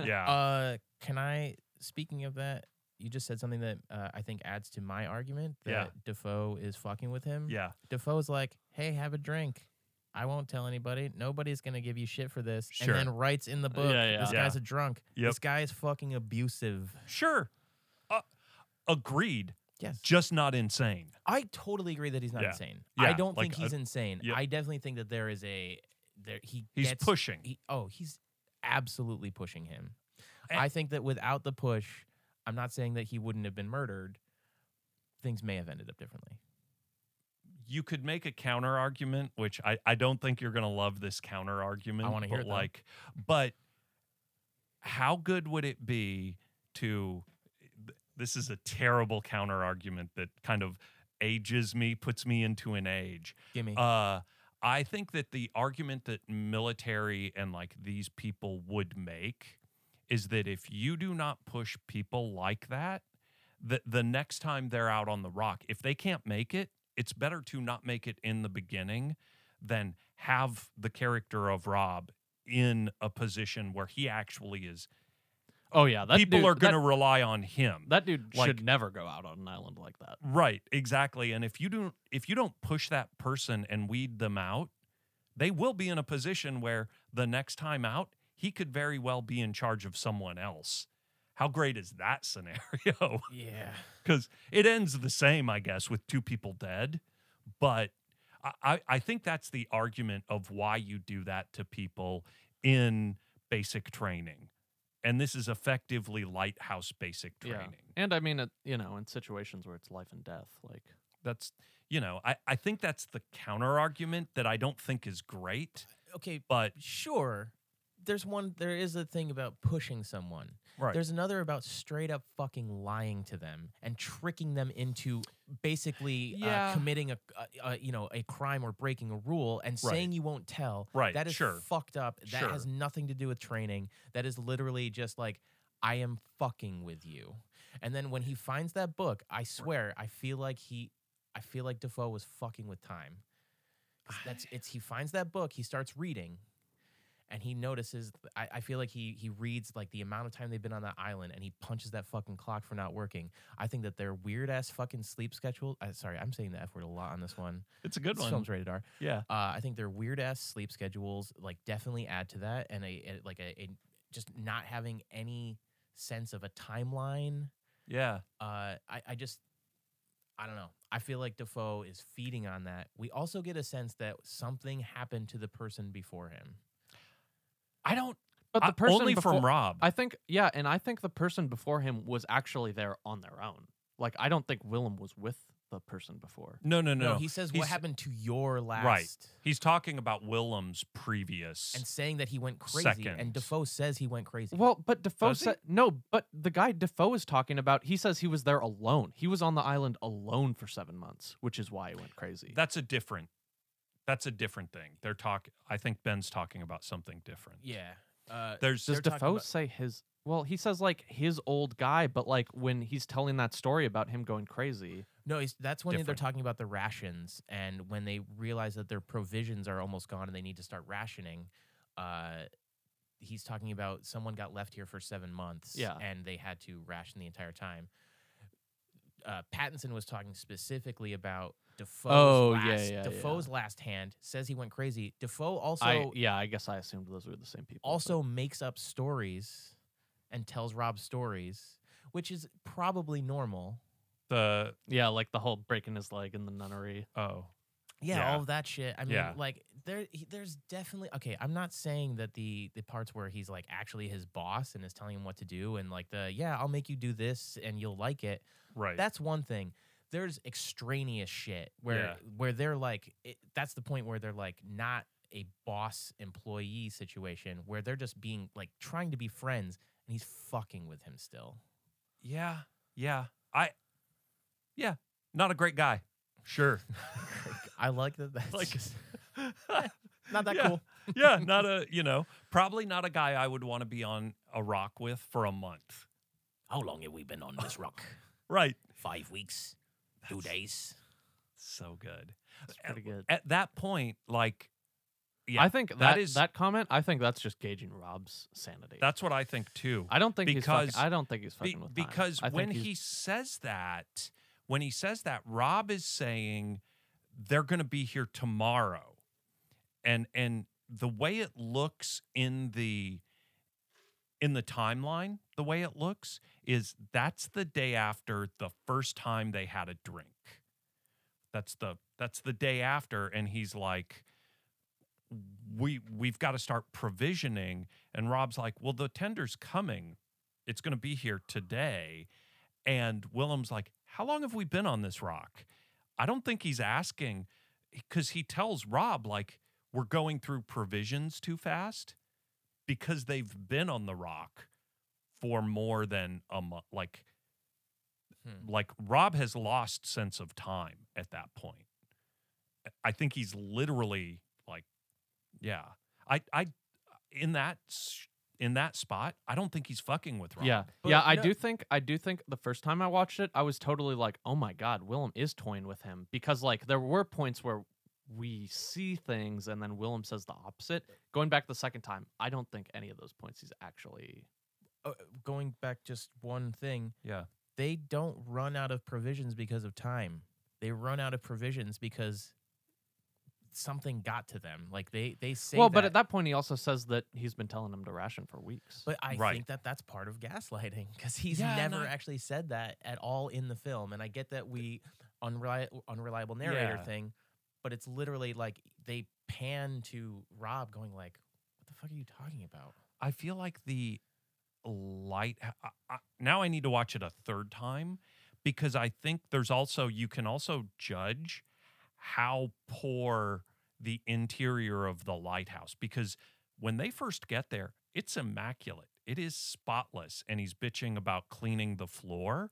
Yeah. Uh, can I? Speaking of that, you just said something that uh, I think adds to my argument that Yeah. Defoe is fucking with him. Yeah. Defoe's like, "Hey, have a drink. I won't tell anybody. Nobody's gonna give you shit for this." Sure. And then writes in the book, Yeah, yeah. "This Yeah. guy's a drunk. Yep. This guy is fucking abusive." Sure. Uh, agreed. Yes. Just not insane. I totally agree that he's not Yeah. insane. Yeah, I don't like, think he's uh, insane. yeah. I definitely think that there is a there he He's gets, pushing. He, oh, he's absolutely pushing him. And- I think that without the push, I'm not saying that he wouldn't have been murdered. Things may have ended up differently. you could make a counter argument, which I, I don't think you're gonna love this counter argument. wanna hear but it, though. like, but how good would it be to? th- This is a terrible counter argument that kind of ages me, puts me into an age. Gimme. Uh, I think that the argument that military and like these people would make is that if you do not push people like that, the the next time they're out on the rock, if they can't make it, it's better to not make it in the beginning than have the character of Rob in a position where he actually is. [LAUGHS] Oh yeah, that people dude- are going to that, rely on him. that dude like- should never go out on an island like that. Right, exactly. And if you don't if you don't push that person and weed them out, they will be in a position where the next time out, he could very well be in charge of someone else. How great is that [LAUGHS] scenario? [LAUGHS] yeah. Cuz it ends the same, I guess, with two people dead, but I- I, I think that's the argument of why you do that to people in basic training. And this is effectively lighthouse basic training. Yeah. And I mean, it, you know, in situations where it's life and death, like that's you know i, I think that's the counter argument that i don't think is great Okay, but sure. There's one there is a thing about pushing someone. right There's another about straight up fucking lying to them and tricking them into basically Yeah. uh, committing a, a, a you know a crime or breaking a rule and Right. saying you won't tell. Right, That is sure. fucked up. That has Sure. nothing to do with training. That is literally just like I am fucking with you. And then when he finds that book, I swear I feel like he I feel like Defoe was fucking with time. 'Cause [SIGHS] That's it's he finds that book, he starts reading, and he notices I, I feel like he he reads like the amount of time they've been on that island and he punches that fucking clock for not working. I think that their weird ass fucking sleep schedule uh, sorry, I'm saying the F word a lot on this one. it's a good this film's rated R. yeah Uh, I think their weird ass sleep schedules like definitely add to that, and a, a- like a, a just not having any sense of a timeline. yeah Uh, I I just I don't know. I feel like Defoe is feeding on that. We also get a sense that something happened to the person before him. i don't But the I- person only before, from rob I think yeah, and I think the person before him was actually there on their own. Like I don't think Willem was with the person before. no no no, No, he says what he's- happened to your last. he's talking about willem's previous And saying that he went crazy, Second. and Defoe says he went crazy. Well, but Defoe Does he? said no, but the guy Defoe is talking about, he says he was there alone. He was on the island alone for 7 months, which is why he went crazy. that's a different that's a different thing they're talk i think ben's talking about something different yeah. Uh, there's Does they're talking Defoe about- say his well, he says like his old guy, but like when he's telling that story about him going crazy, No, it's, that's when Different. they're talking about the rations and when they realize that their provisions are almost gone and they need to start rationing. Uh, he's talking about someone got left here for seven months Yeah. and they had to ration the entire time. Uh, Pattinson was talking specifically about Defoe's Oh, yeah, last, yeah, Defoe's last hand says he went crazy. Defoe also I yeah, I guess I assumed those were the same people. but- also makes up stories and tells Rob stories, which is probably normal. the yeah, like the whole breaking his leg in the nunnery. oh yeah, Yeah. all of that shit. I mean, Yeah. like there, he- there's definitely okay. I'm not saying that the the parts where he's like actually his boss and is telling him what to do and like the yeah, I'll make you do this and you'll like it. right That's one thing. There's extraneous shit where Yeah. where they're like it, that's the point where they're like not a boss employee situation where they're just being like trying to be friends and he's fucking with him [LAUGHS] still. yeah yeah i yeah not a great guy [LAUGHS] sure I like that. That's Like- just- [LAUGHS] not that Yeah. cool. yeah, not a you know, probably not a guy I would want to be on a rock with for a month. How long have we been on this [SIGHS] rock? Right. Five weeks, eh. two days. So good. It's pretty good. At that point, like Eh, yeah, I think that, that is that comment. I think that's just gauging Rob's sanity. that's what I think too. I don't think he's because- fucking, I don't think he's Be- fucking with time. because I think when he's- he says that, when he says that, Rob is saying they're going to be here tomorrow, and and the way it looks in the in the timeline, the way it looks is that's the day after the first time they had a drink. That's the that's the day after, and he's like, we we've got to start provisioning. And Rob's like, well, the tender's coming it's going to be here today. And Willem's like, How long have we been on this rock? I don't think he's asking because he tells Rob, like, we're going through provisions too fast because they've been on the rock for more than a month. Like, Hmm. like Rob has lost sense of time at that point. I think he's literally like, yeah, I, I, in that, s- in that spot, I don't think he's fucking with Rob. Yeah, But yeah. I no- do think I do think the first time I watched it, I was totally like, "Oh my god, Willem is toying with him," because like there were points where we see things and then Willem says the opposite. Going back the second time, I don't think any of those points he's actually. Uh, going back just one thing. Yeah. They don't run out of provisions because of time. They run out of provisions because something got to them. Like they they say well, that, but at that point, he also says that he's been telling him to ration for weeks. But I Right. think that that's part of gaslighting [LAUGHS] because he's Yeah, and never I- actually said that at all in the film. And I get that we unreli- unreliable narrator Yeah. thing, but it's literally like they pan to Rob going like, "What the fuck are you talking about?" I feel like the light. I, I, now I need to watch it a third time because I think there's also you can also judge how poor the interior of the lighthouse because when they first get there, it's immaculate. It is spotless, and he's bitching about cleaning the floor.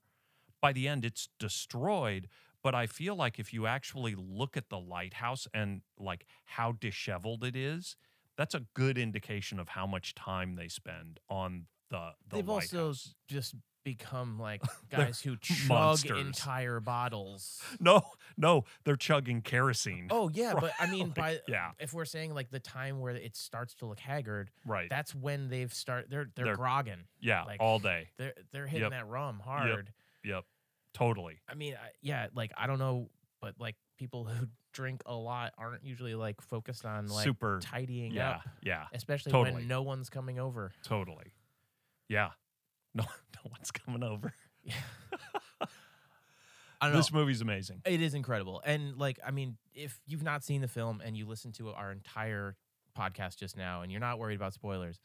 By the end, it's destroyed. But I feel like if you actually look at the lighthouse and like how disheveled it is, that's a good indication of how much time they spend on the the They've also lighthouse. s- just become like [LAUGHS] They're guys who chug monsters. [LAUGHS] entire bottles. No, no, they're chugging kerosene. Oh yeah, but I [LAUGHS] mean, Like, by yeah, if we're saying like the time where it starts to look haggard, right. that's when they've start. They're they're, They're- grogging. yeah, like- all day. They're they're hitting Yep. that rum hard. Yep, totally. I mean, I, yeah, like I don't know, but like people [LAUGHS] who drink a lot aren't usually like focused on like Super. tidying Yeah, up, yeah, especially Totally. when no one's [LAUGHS] coming over. [LAUGHS] totally. Yeah, [LAUGHS] no, no one's coming over. I This movie's amazing. It is incredible. And like, I mean, if you've not seen the film and you listen to our entire podcast just now and you're not worried about spoilers,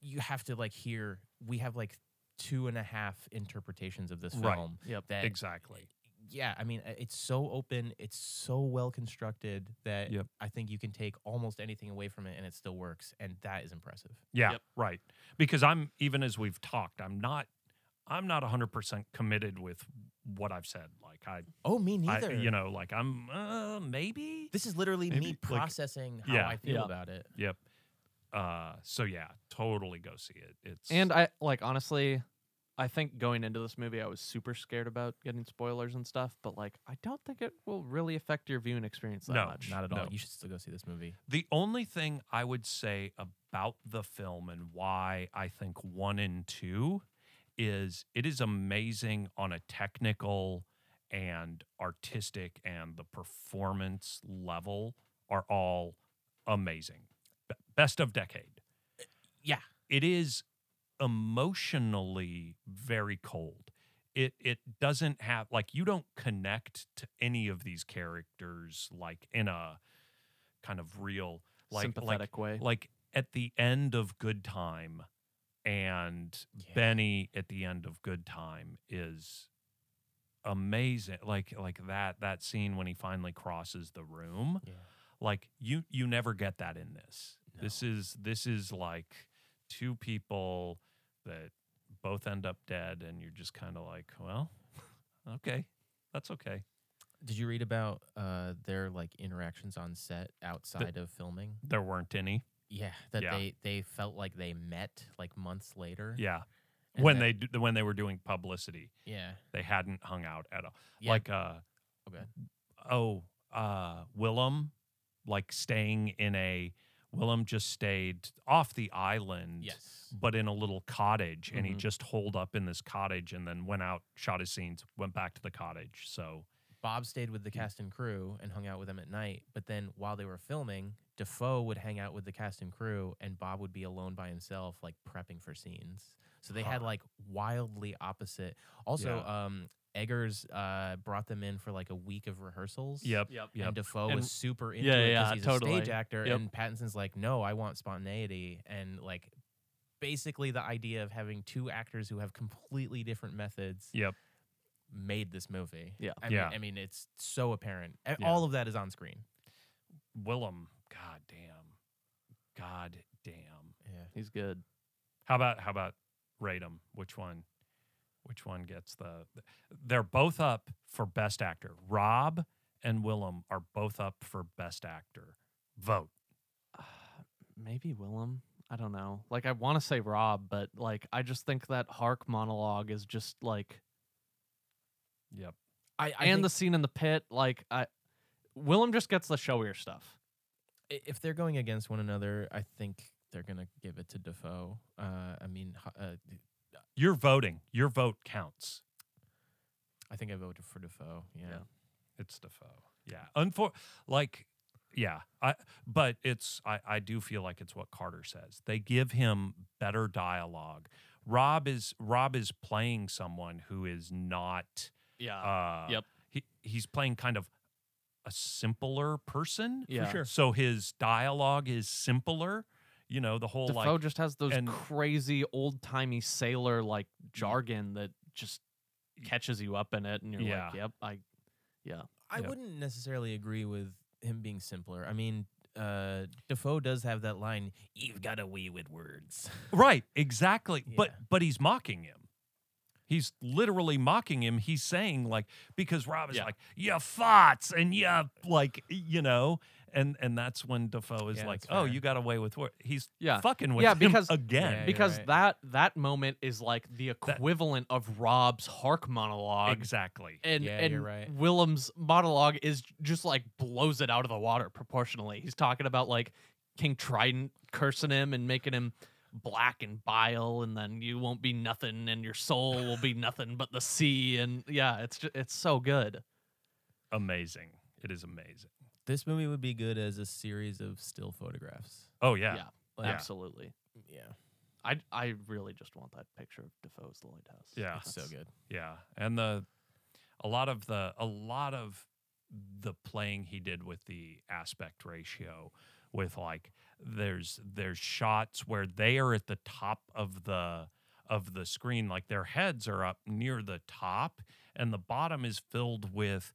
you have to like hear we have like two and a half interpretations of this film. Right. Yep. That Exactly. yeah, I mean, uh, it's so open, it's so well constructed that Yep. I think you can take almost anything away from it and it still works, and that is impressive. Yeah, Yep. right. Because I'm even as we've talked, I'm not I'm not 100% committed with what I've said. Like I, Oh, me I neither. you know, like I'm uh, maybe this is literally Maybe, me like- processing how Yeah. I feel Yeah. about it. Yep. Uh so yeah, totally go see it. It's And I like honestly, I think going into this movie, I was super scared about getting spoilers and stuff. But like, I don't think it will really affect your viewing experience that No, much. Not at all. No. You should still go see this movie. The only thing I would say about the film and why I think one and two is it is amazing on a technical and artistic and the performance level are all amazing. Be- Best of decade. yeah. It is emotionally very cold. It it doesn't have like you don't connect to any of these characters like in a kind of real like like sympathetic way. like at the end of Good Time and Yeah. Benny at the end of Good Time is amazing. Like like that that scene when he finally crosses the room. Yeah. Like you you never get that in this. This is this is like two people that both end up dead and you're just kind of like, well, okay. That's okay. Did you read about uh, their like interactions on set outside of filming? There weren't any. Yeah, that Yeah. they they felt like they met like months later. Yeah. And when that- they d- when they were doing publicity, yeah, they hadn't hung out at all. yeah. Like uh Okay. oh, uh, Willem like staying in a Willem just stayed off the island, Yes. Mm-hmm. but in a little cottage, and he Mhm. just holed up in this cottage, and then went out, shot his scenes, went back to the cottage. So Bob stayed with the Mm. cast and crew and hung out with them at night. But then while they were filming, Defoe would hang out with the cast and crew, and Bob would be alone by himself, like prepping for scenes. So they had Huh. like wildly opposite. Also, um, Eggers uh, brought them in for like a week of rehearsals. yep, Yep. yep. And Defoe And- was super into yeah, yeah, it because he's a stage totally. actor, Yep. and Pattinson's like, no, I want spontaneity, and like basically the idea of having two actors who have completely different methods Yep. made this movie. Yeah. I Yeah. Mean, I mean, it's so apparent. A- Yeah. All of that is on screen. Willem, god damn, god damn. Yeah. He's good. How about how about rate 'em? Which one? Which one gets the? They're both up for best actor. Rob and Willem are both up for best actor. Vote. Uh, [SIGHS] maybe Willem. I don't know. Like I want to say Rob, but like I just think that Hark monologue is just like Yep. I, I and and the scene in the pit. Like I, Willem just gets the showier stuff. if they're going against one another, I think they're gonna give it to Defoe. Uh, I mean, h- uh, You're voting. Your vote counts. I think I voted for Defoe. Yeah. Yeah. It's Defoe. Yeah. Unfor like yeah. I but it's I, I do feel like it's what Carter says. They give him better dialogue. Rob is Rob is playing someone who is not Yeah. uh yep. he, he's playing kind of a simpler person. yeah. sure. So his dialogue is simpler. You know, the whole Defoe like just has those and- crazy old timey sailor like jargon that just catches you up in it, and you're Yeah. like, "Yep, I." I Yeah. wouldn't necessarily agree with him being simpler. I mean, uh, Defoe does have that line, "You've got a wee with words." [LAUGHS] Right, exactly. But Yeah. but he's mocking him. He's literally mocking him. He's saying like because Rob is Yeah. like you farts and you like you know and and that's when Defoe is Yeah, like that's oh fair. you got away with what he's Yeah. fucking with Yeah, him because- again Yeah, you're because right. that that moment is like the equivalent of Rob's Hark monologue. exactly And, Yeah, and you're right. Willem's monologue is j- just like blows it out of the water proportionally. He's talking about like King Trident cursing him and making him black and bile, and then you won't be nothing, and your soul will be nothing but the sea. And yeah, it's just, it's so good. amazing it is amazing This movie would be good as a series of still photographs. oh yeah, Yeah. Like- Absolutely. Yeah, I I really just want that picture of Defoe's the lighthouse. Yeah. That's- it's so good. Yeah, and the a lot of the a lot of the playing he did with the aspect ratio with like there's there's shots where they are at the top of the of the screen like their heads are up near the top and the bottom is filled with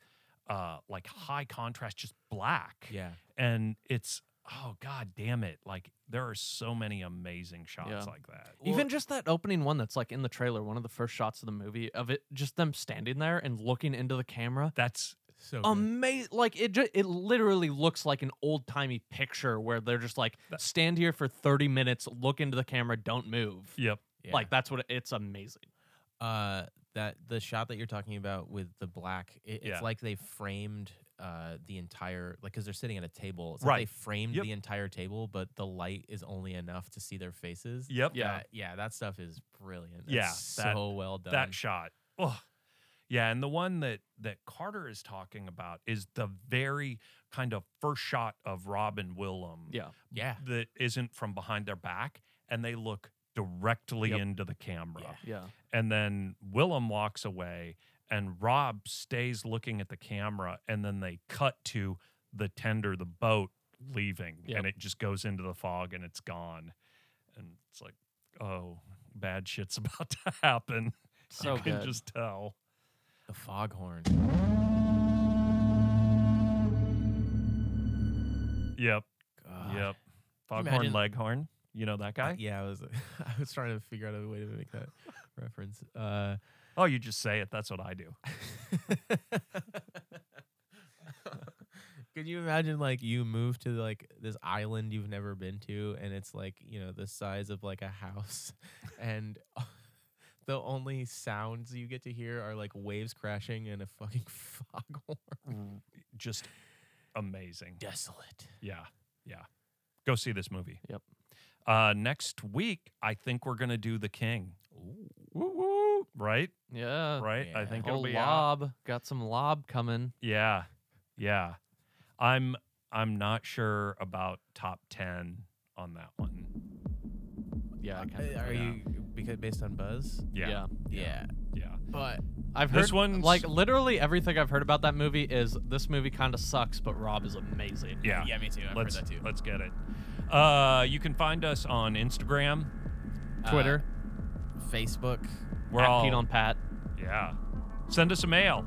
uh like high contrast just black Yeah. and it's oh god damn it like there are so many amazing shots Yeah. like that Even just that opening one that's like in the trailer, one of the first shots of the movie of it, just them standing there and looking into the camera. that's So Amazing! Like it, ju- it literally looks like an old timey picture where they're just like, stand here for thirty minutes, look into the camera, don't move. yep Like that's what it- it's amazing. uh that the shot that you're talking about with the black it, Yeah. it's like they framed uh the entire like because they're sitting at a table it's Right. like they framed Yep. the entire table but the light is only enough to see their faces yep Yeah. That- yeah that stuff is brilliant Yeah, It's that- so well done that shot. Oh, yeah. And the one that that Carter is talking about is the very kind of first shot of Robin Willem Yeah, yeah that isn't from behind their back, and they look directly Yep. into the camera. [LAUGHS] yeah, And then Willem walks away, and Rob stays looking at the camera, and then they cut to the tender, the boat leaving, Yep. and it just goes into the fog and it's gone. And it's like, oh, bad shit's [LAUGHS] about to happen. so you can good. just tell. the foghorn Yep. God. Yep. you Foghorn imagine- Leghorn. You know that Uh, guy? yeah i was [LAUGHS] i was trying to figure out a way to [LAUGHS] make that reference uh [LAUGHS] Oh, you just say it. That's what I do. Can you imagine like you move to like this island you've never been to and it's like, you know, the size of like a house [LAUGHS] and the only sounds you [LAUGHS] get to hear are like waves crashing and a fucking foghorn. Just amazing. Desolate. Yeah. Yeah. Go see this movie. Yep. Uh, next week, I think we're going to do The King. Right? Yeah. Right? I Oh, yeah. think it'll Whole be out. lob. Got some lob coming. Yeah. Yeah. I'm I'm not sure about top 10 on that one. Yeah. I Uh, kinda are like that. you because based on buzz? Yeah. Yeah. Yeah. yeah. But I've heard This one's- like literally everything I've heard about that movie is this movie kind of sucks, but Rob is amazing. Yeah. yeah, me too. I've let's heard that too. let's get it. Uh, you can find us on Instagram. Twitter, Facebook, We're Uh, at all Pete on Pat. yeah. Send us a mail.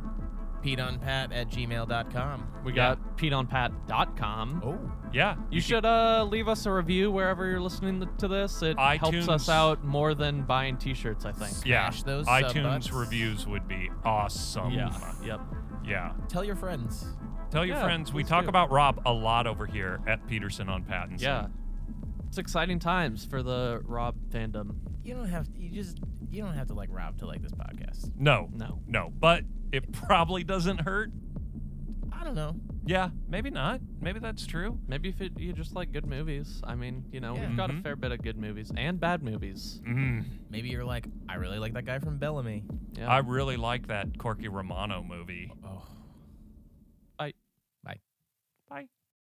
Pete on Pat at gmail.com. We Yeah. got PeteOnPat.com. Oh. Yeah. You should uh, leave us a review wherever you're listening th- to this. It helps iTunes. us out more than buying T-shirts, I think. yeah. smash those sub iTunes buttons. reviews would be awesome. Yeah. Um, Yep. Yeah. Tell your friends. Tell your Yeah, friends we please talk do. about Rob a lot over here at Peterson on Pattinson. Yeah. It's exciting times for the Rob fandom. You don't have you just you don't have to like Rob to like this podcast. No. No. No. But it probably doesn't hurt. I don't know. Yeah. Maybe not. Maybe that's true. Maybe if it, you just like good movies. I mean, you know, Yeah. we've got Mhm. a fair bit of good movies and bad movies. Mm. Maybe you're like, I really like that guy from Bellamy. Yeah. I really like that Corky Romano movie. Oh,